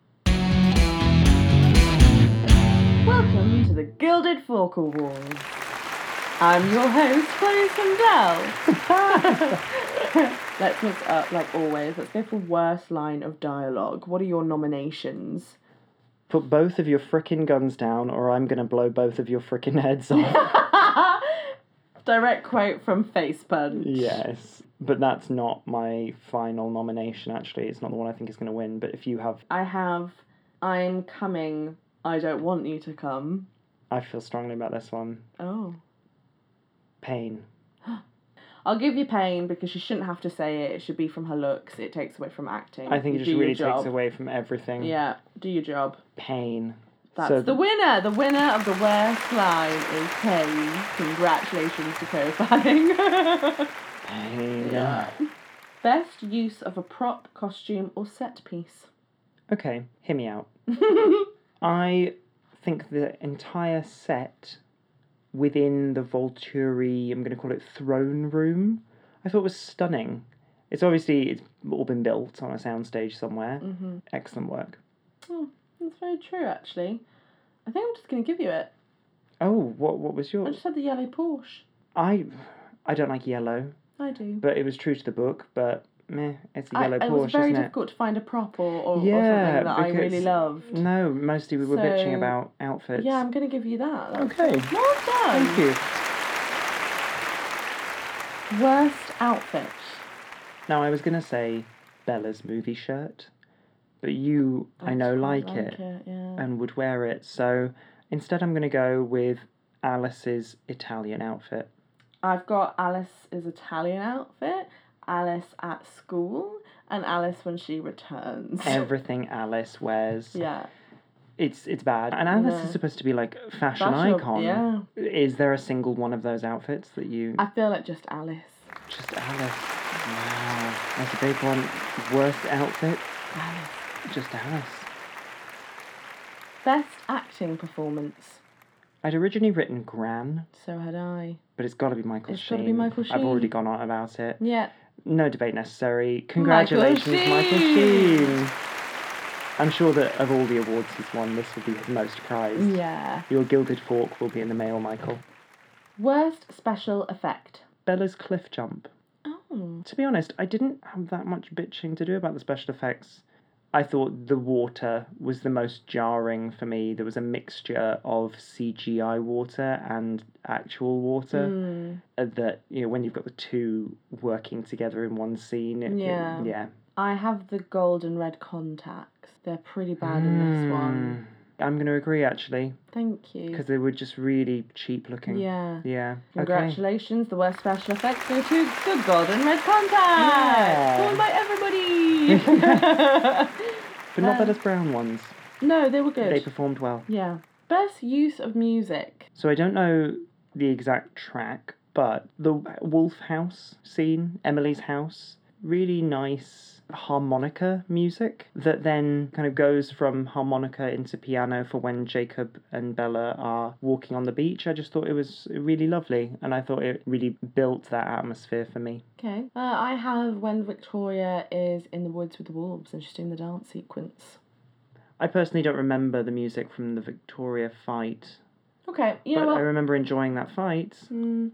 Speaker 2: Welcome to the Gilded Fork Awards. I'm your host, Chloe Sandell. Let's mix up like always. Let's go for worst line of dialogue. What are your nominations?
Speaker 1: Put both of your frickin' guns down, or I'm gonna blow both of your frickin' heads off.
Speaker 2: Direct quote from Facepunch.
Speaker 1: yes. But that's not my final nomination, actually. It's not the one I think is gonna win. But if you have,
Speaker 2: I have I'm coming. I don't want you to come.
Speaker 1: I feel strongly about this one.
Speaker 2: Oh.
Speaker 1: Pain.
Speaker 2: I'll give you pain because she shouldn't have to say it. It should be from her looks. It takes away from acting.
Speaker 1: I think it
Speaker 2: You
Speaker 1: just
Speaker 2: do your
Speaker 1: really takes
Speaker 2: job.
Speaker 1: away from everything.
Speaker 2: Yeah, do your job.
Speaker 1: Pain.
Speaker 2: That's
Speaker 1: So-
Speaker 2: the winner. The winner of the worst line is pain. Congratulations to co-fanning.
Speaker 1: Pain.
Speaker 2: Best use of a prop, costume, or set piece.
Speaker 1: Okay, hear me out. I think the entire set within the Volturi, I'm going to call it throne room, I thought was stunning. It's obviously it's all been built on a soundstage somewhere.
Speaker 2: Mhm.
Speaker 1: Excellent work.
Speaker 2: That's very true, actually. I think I'm just gonna give you it.
Speaker 1: Oh, what what was
Speaker 2: I
Speaker 1: yours?
Speaker 2: just had the yellow Porsche.
Speaker 1: I I don't like yellow,
Speaker 2: I do.
Speaker 1: but it was true to the book. But meh, it's a
Speaker 2: I,
Speaker 1: yellow
Speaker 2: it
Speaker 1: Porsche,
Speaker 2: was very
Speaker 1: isn't it?
Speaker 2: difficult to find a prop or, or,
Speaker 1: Yeah,
Speaker 2: or something that I really
Speaker 1: because-
Speaker 2: loved.
Speaker 1: No, mostly we were bitching
Speaker 2: So-
Speaker 1: about outfits.
Speaker 2: Yeah, I'm gonna give you that. That's
Speaker 1: okay.
Speaker 2: Well done.
Speaker 1: Thank you.
Speaker 2: Worst outfit.
Speaker 1: Now I was gonna say Bella's movie shirt, but you I, know
Speaker 2: don't
Speaker 1: like, it,
Speaker 2: yeah.
Speaker 1: and would wear it. So instead, I'm gonna go with Alice's Italian outfit.
Speaker 2: I've got Alice's Italian outfit, Alice at school, and Alice when she returns.
Speaker 1: Everything Alice wears,
Speaker 2: yeah.
Speaker 1: it's it's bad. And Alice
Speaker 2: Yeah.
Speaker 1: is supposed to be like fashion
Speaker 2: Fashion-
Speaker 1: icon.
Speaker 2: Yeah.
Speaker 1: Is there a single one of those outfits that you
Speaker 2: I feel like just Alice.
Speaker 1: just Alice? Wow, that's a big one. Worst outfit,
Speaker 2: Alice.
Speaker 1: just Alice.
Speaker 2: Best acting performance.
Speaker 1: I'd originally written Gran,
Speaker 2: So had I.
Speaker 1: but it's got to be Michael
Speaker 2: It's
Speaker 1: Sheen.
Speaker 2: gotta be Michael
Speaker 1: I've already
Speaker 2: Sheen.
Speaker 1: gone on about it.
Speaker 2: Yeah.
Speaker 1: No debate necessary. Congratulations, Michael,
Speaker 2: Sheen!
Speaker 1: Sheen. I'm sure that of all the awards he's won, this will be his most prized.
Speaker 2: Yeah.
Speaker 1: Your gilded fork will be in the mail, Michael.
Speaker 2: Worst special effect.
Speaker 1: Bella's cliff jump.
Speaker 2: Oh.
Speaker 1: To be honest, I didn't have that much bitching to do about the special effects. I thought the water was the most jarring for me. There was a mixture of CGI water and actual water.
Speaker 2: Mm.
Speaker 1: uh, That you know, when you've got the two working together in one scene, it- it-
Speaker 2: Yeah.
Speaker 1: yeah,
Speaker 2: I have the gold and red contacts. They're pretty bad in this one.
Speaker 1: Mm. I'm going to agree actually
Speaker 2: Thank you.
Speaker 1: because they were just really cheap looking.
Speaker 2: Yeah.
Speaker 1: Yeah. Okay.
Speaker 2: Congratulations, the worst special effects go to the golden red contacts!
Speaker 1: Yeah.
Speaker 2: Worn by everybody!
Speaker 1: But not
Speaker 2: Um,
Speaker 1: that as brown ones.
Speaker 2: no, they were good.
Speaker 1: They performed well.
Speaker 2: yeah. Best use of music.
Speaker 1: So I don't know the exact track, but the Wolf House scene, Emily's house, really nice harmonica music that then kind of goes from harmonica into piano for when Jacob and Bella are walking on the beach. I just thought it was really lovely and I thought it really built that atmosphere for me.
Speaker 2: Okay. Uh, I have when Victoria is in the woods with the wolves and she's doing the dance sequence.
Speaker 1: I personally don't remember the music from the Victoria fight,
Speaker 2: Okay, you know
Speaker 1: but I
Speaker 2: what?
Speaker 1: remember enjoying that fight.
Speaker 2: Mm.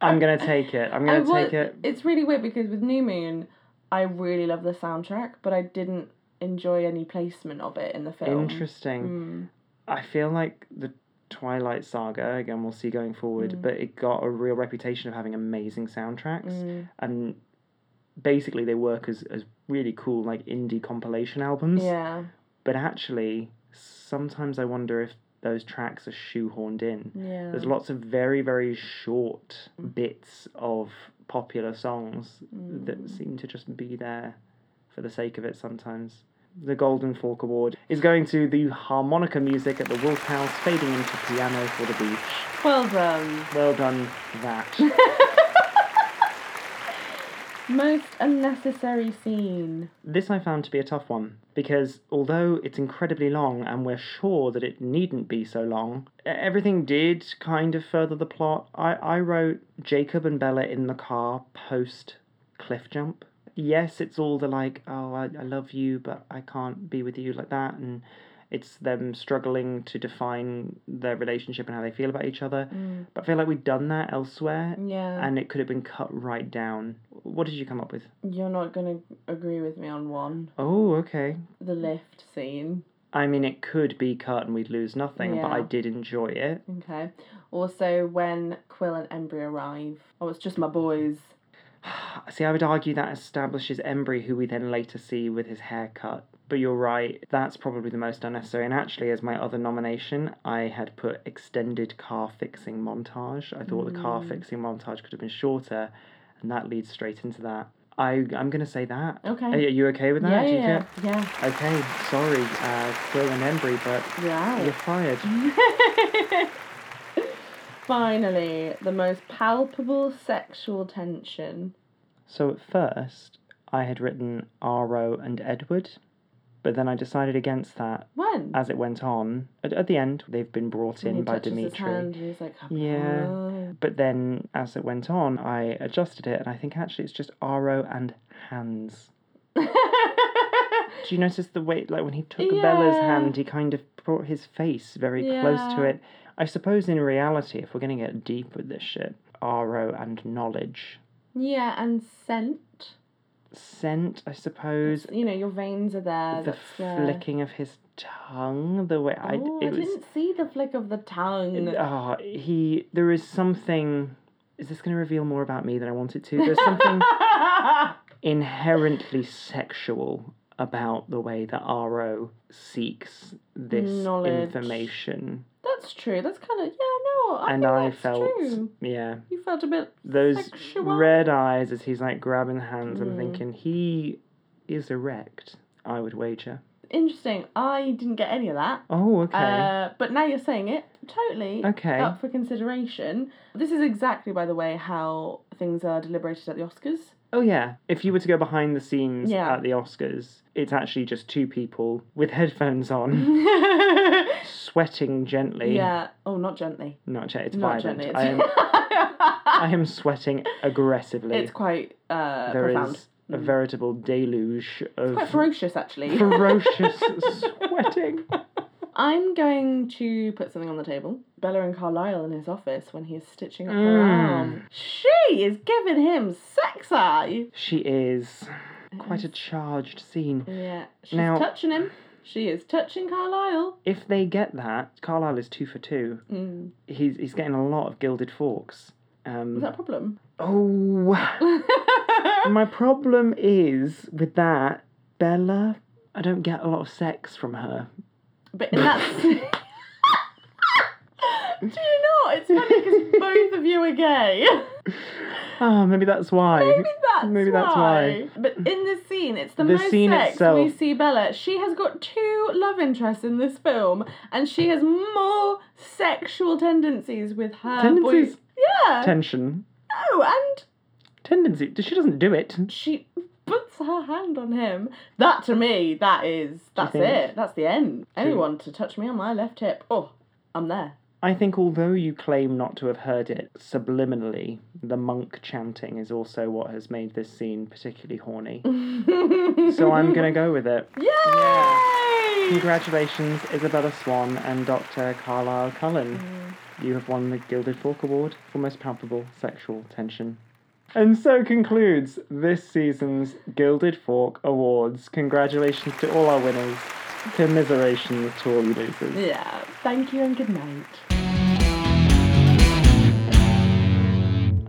Speaker 1: I'm gonna take it. I'm
Speaker 2: I
Speaker 1: gonna
Speaker 2: was,
Speaker 1: take it.
Speaker 2: It's really weird because with New Moon, I really love the soundtrack, but I didn't enjoy any placement of it in the film.
Speaker 1: Interesting.
Speaker 2: Mm.
Speaker 1: I feel like the Twilight Saga again. We'll see going forward,
Speaker 2: Mm.
Speaker 1: but it got a real reputation of having amazing soundtracks,
Speaker 2: Mm.
Speaker 1: and basically they work as as really cool like indie compilation albums.
Speaker 2: Yeah,
Speaker 1: But actually, sometimes I wonder if those tracks are shoehorned in.
Speaker 2: yeah.
Speaker 1: There's lots of very, very short bits of popular songs that seem to just be there for the sake of it sometimes. The Golden Fork Award is going to the harmonica music at the Wolf House, fading into piano for the beach.
Speaker 2: Well done.
Speaker 1: Well done, that.
Speaker 2: Most unnecessary scene.
Speaker 1: this I found to be a tough one because although it's incredibly long and we're sure that it needn't be so long, e- everything did kind of further the plot. I, I wrote Jacob and Bella in the car post cliff jump. Yes, it's all the like, oh, I, I love you, but I can't be with you like that. And It's them struggling to define their relationship and how they feel about each other.
Speaker 2: Mm.
Speaker 1: But I feel like we've done that elsewhere
Speaker 2: Yeah.
Speaker 1: and it could have been cut right down. What did you come up with?
Speaker 2: You're not going to agree with me on one.
Speaker 1: Oh, okay.
Speaker 2: The lift scene.
Speaker 1: I mean, it could be cut and we'd lose nothing, but I
Speaker 2: Yeah.
Speaker 1: did enjoy it.
Speaker 2: Okay. Also, when Quill and Embry arrive. Oh, it's just my boys.
Speaker 1: See, I would argue that establishes Embry, who we then later see with his haircut. But you're right, that's probably the most unnecessary. And actually, as my other nomination, I had put extended car fixing montage. I thought the car
Speaker 2: Mm.
Speaker 1: fixing montage could have been shorter, and that leads straight into that. I, I'm going to say that.
Speaker 2: Okay.
Speaker 1: Are, are you okay with that?
Speaker 2: Mm. yeah,
Speaker 1: Do you
Speaker 2: yeah, yeah.
Speaker 1: feel- Okay, sorry, uh, Quill and Embry, but
Speaker 2: You're out.
Speaker 1: you're fired.
Speaker 2: Finally, the most palpable sexual tension.
Speaker 1: So at first, I had written Aro and Edward, but then I decided against that
Speaker 2: When?
Speaker 1: as it went on, at, at the end, they've been brought
Speaker 2: When
Speaker 1: in
Speaker 2: he
Speaker 1: by
Speaker 2: touches His
Speaker 1: Dimitri.
Speaker 2: hand and he's like, "Come
Speaker 1: Yeah.
Speaker 2: on."
Speaker 1: But then, as it went on, I adjusted it, and I think actually it's just Aro and hands. Do you notice the way, like when he took Bella's
Speaker 2: Yeah.
Speaker 1: hand, he kind of brought his face very close to
Speaker 2: Yeah.
Speaker 1: it. I suppose in reality, if we're going to get deep with this shit, Aro and knowledge.
Speaker 2: yeah, and scent.
Speaker 1: Scent, I suppose.
Speaker 2: You know, your veins are there.
Speaker 1: the
Speaker 2: that's, uh,
Speaker 1: flicking of his tongue, the way I,
Speaker 2: Oh,
Speaker 1: it
Speaker 2: I
Speaker 1: was.
Speaker 2: didn't see the flick of the tongue.
Speaker 1: Ah, he. There is something. Is this going to reveal more about me than I want it to? There's something inherently sexual about the way that Ro seeks this
Speaker 2: Knowledge.
Speaker 1: information,
Speaker 2: that's true. That's kind of yeah. No, I
Speaker 1: and
Speaker 2: think
Speaker 1: I
Speaker 2: that's
Speaker 1: felt
Speaker 2: true.
Speaker 1: yeah
Speaker 2: You felt a bit
Speaker 1: those
Speaker 2: Sexual.
Speaker 1: red eyes as he's like grabbing hands. I'm
Speaker 2: Mm.
Speaker 1: thinking he is erect. I would wager.
Speaker 2: interesting. I didn't get any of that.
Speaker 1: Oh, okay.
Speaker 2: Uh, but now you're saying it, totally
Speaker 1: Okay.
Speaker 2: up for consideration. This is exactly, by the way, how things are deliberated at the Oscars.
Speaker 1: Oh yeah. If you were to go behind the scenes
Speaker 2: Yeah.
Speaker 1: at the Oscars, it's actually just two people with headphones on, sweating gently.
Speaker 2: yeah. Oh, not gently.
Speaker 1: Not yet. It's
Speaker 2: not
Speaker 1: violent.
Speaker 2: gently.
Speaker 1: I am, I am sweating aggressively.
Speaker 2: it's quite uh,
Speaker 1: There is
Speaker 2: profound.
Speaker 1: a veritable deluge of
Speaker 2: Quite ferocious, actually.
Speaker 1: ferocious sweating.
Speaker 2: I'm going to put something on the table. Bella and Carlisle in his office when he's stitching up her
Speaker 1: Mm.
Speaker 2: arm. She is giving him sex eye.
Speaker 1: She is quite a charged scene.
Speaker 2: Yeah, she's
Speaker 1: Now-
Speaker 2: touching him. She is touching Carlisle.
Speaker 1: If they get that, Carlisle is two for two.
Speaker 2: Mm.
Speaker 1: He's he's getting a lot of gilded forks. Um,
Speaker 2: Is that a problem?
Speaker 1: oh. My problem is with that, Bella, I don't get a lot of sex from her.
Speaker 2: but in that. Do you know? It's funny because both of you are gay.
Speaker 1: Oh, maybe that's why.
Speaker 2: Maybe that's
Speaker 1: Maybe that's why.
Speaker 2: But in this scene, it's the,
Speaker 1: The
Speaker 2: most
Speaker 1: scene
Speaker 2: sex
Speaker 1: itself-
Speaker 2: we see Bella. She has got two love interests in this film, and she has more sexual tendencies with her
Speaker 1: Tendencies?
Speaker 2: boy. Yeah.
Speaker 1: Tension.
Speaker 2: no, and
Speaker 1: Tendency. She doesn't do it.
Speaker 2: she puts her hand on him. That to me, that is that's
Speaker 1: think?
Speaker 2: it. That's the end.
Speaker 1: True.
Speaker 2: Anyone to touch me on my left hip, oh, I'm there.
Speaker 1: I think, although you claim not to have heard it subliminally, the monk chanting is also what has made this scene particularly horny. So
Speaker 2: so
Speaker 1: I'm going to go with it.
Speaker 2: Yay!
Speaker 1: Congratulations, Isabella Swan and Dr. Carlisle Cullen.
Speaker 2: Mm.
Speaker 1: You have won the Gilded Fork Award for most palpable sexual tension. And so concludes this season's Gilded Fork Awards. Congratulations to all our winners. Commiserations to all you losers.
Speaker 2: Yeah. Thank you and good night.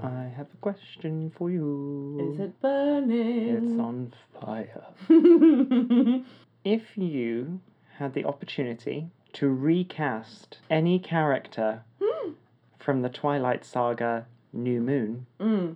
Speaker 1: I have a question for you.
Speaker 2: Is it burning?
Speaker 1: It's on fire.
Speaker 2: on.
Speaker 1: If you had the opportunity to recast any character
Speaker 2: Hmm.
Speaker 1: from the Twilight Saga New Moon,
Speaker 2: mm.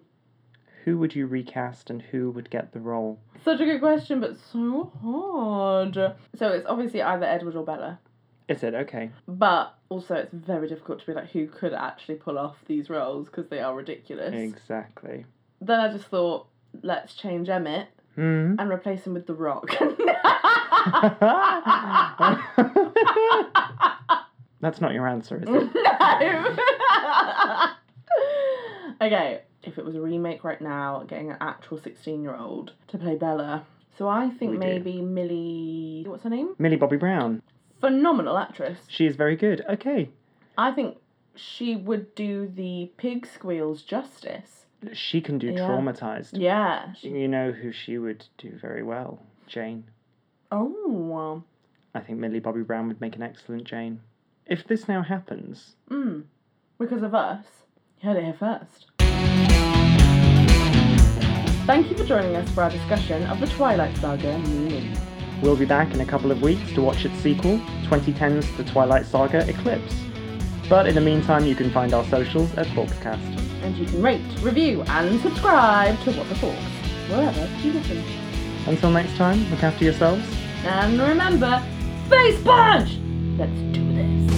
Speaker 1: who would you recast and who would get the role?
Speaker 2: Such a good question, but so hard. So it's obviously either Edward or Bella,
Speaker 1: Is it okay?
Speaker 2: but also it's very difficult to be like who could actually pull off these roles because they are ridiculous.
Speaker 1: Exactly.
Speaker 2: Then I just thought, let's change Emmett
Speaker 1: Hmm.
Speaker 2: and replace him with The Rock.
Speaker 1: That's not your answer, is it?
Speaker 2: no. okay, if it was a remake right now, getting an actual sixteen-year-old to play Bella. So I think
Speaker 1: We do.
Speaker 2: maybe Millie. What's her name?
Speaker 1: Millie Bobby Brown.
Speaker 2: phenomenal actress.
Speaker 1: She is very good. Okay.
Speaker 2: I think she would do the pig squeals justice.
Speaker 1: She can do
Speaker 2: Yeah.
Speaker 1: traumatized.
Speaker 2: Yeah. she-
Speaker 1: You know who she would do very well? Jane.
Speaker 2: Oh.
Speaker 1: I think Millie Bobby Brown would make an excellent Jane. If this now happens,
Speaker 2: Mm. Because of us. You heard it here first. Thank you for joining us for our discussion of the Twilight Saga Meaning.
Speaker 1: we'll be back in a couple of weeks to watch its sequel, 2010's The Twilight Saga Eclipse. But in the meantime, you can find our socials at Foxcast.
Speaker 2: And you can rate, review, and subscribe to What the Forks, wherever you listen.
Speaker 1: Until next time, look after yourselves.
Speaker 2: And remember, face punch! Let's do this.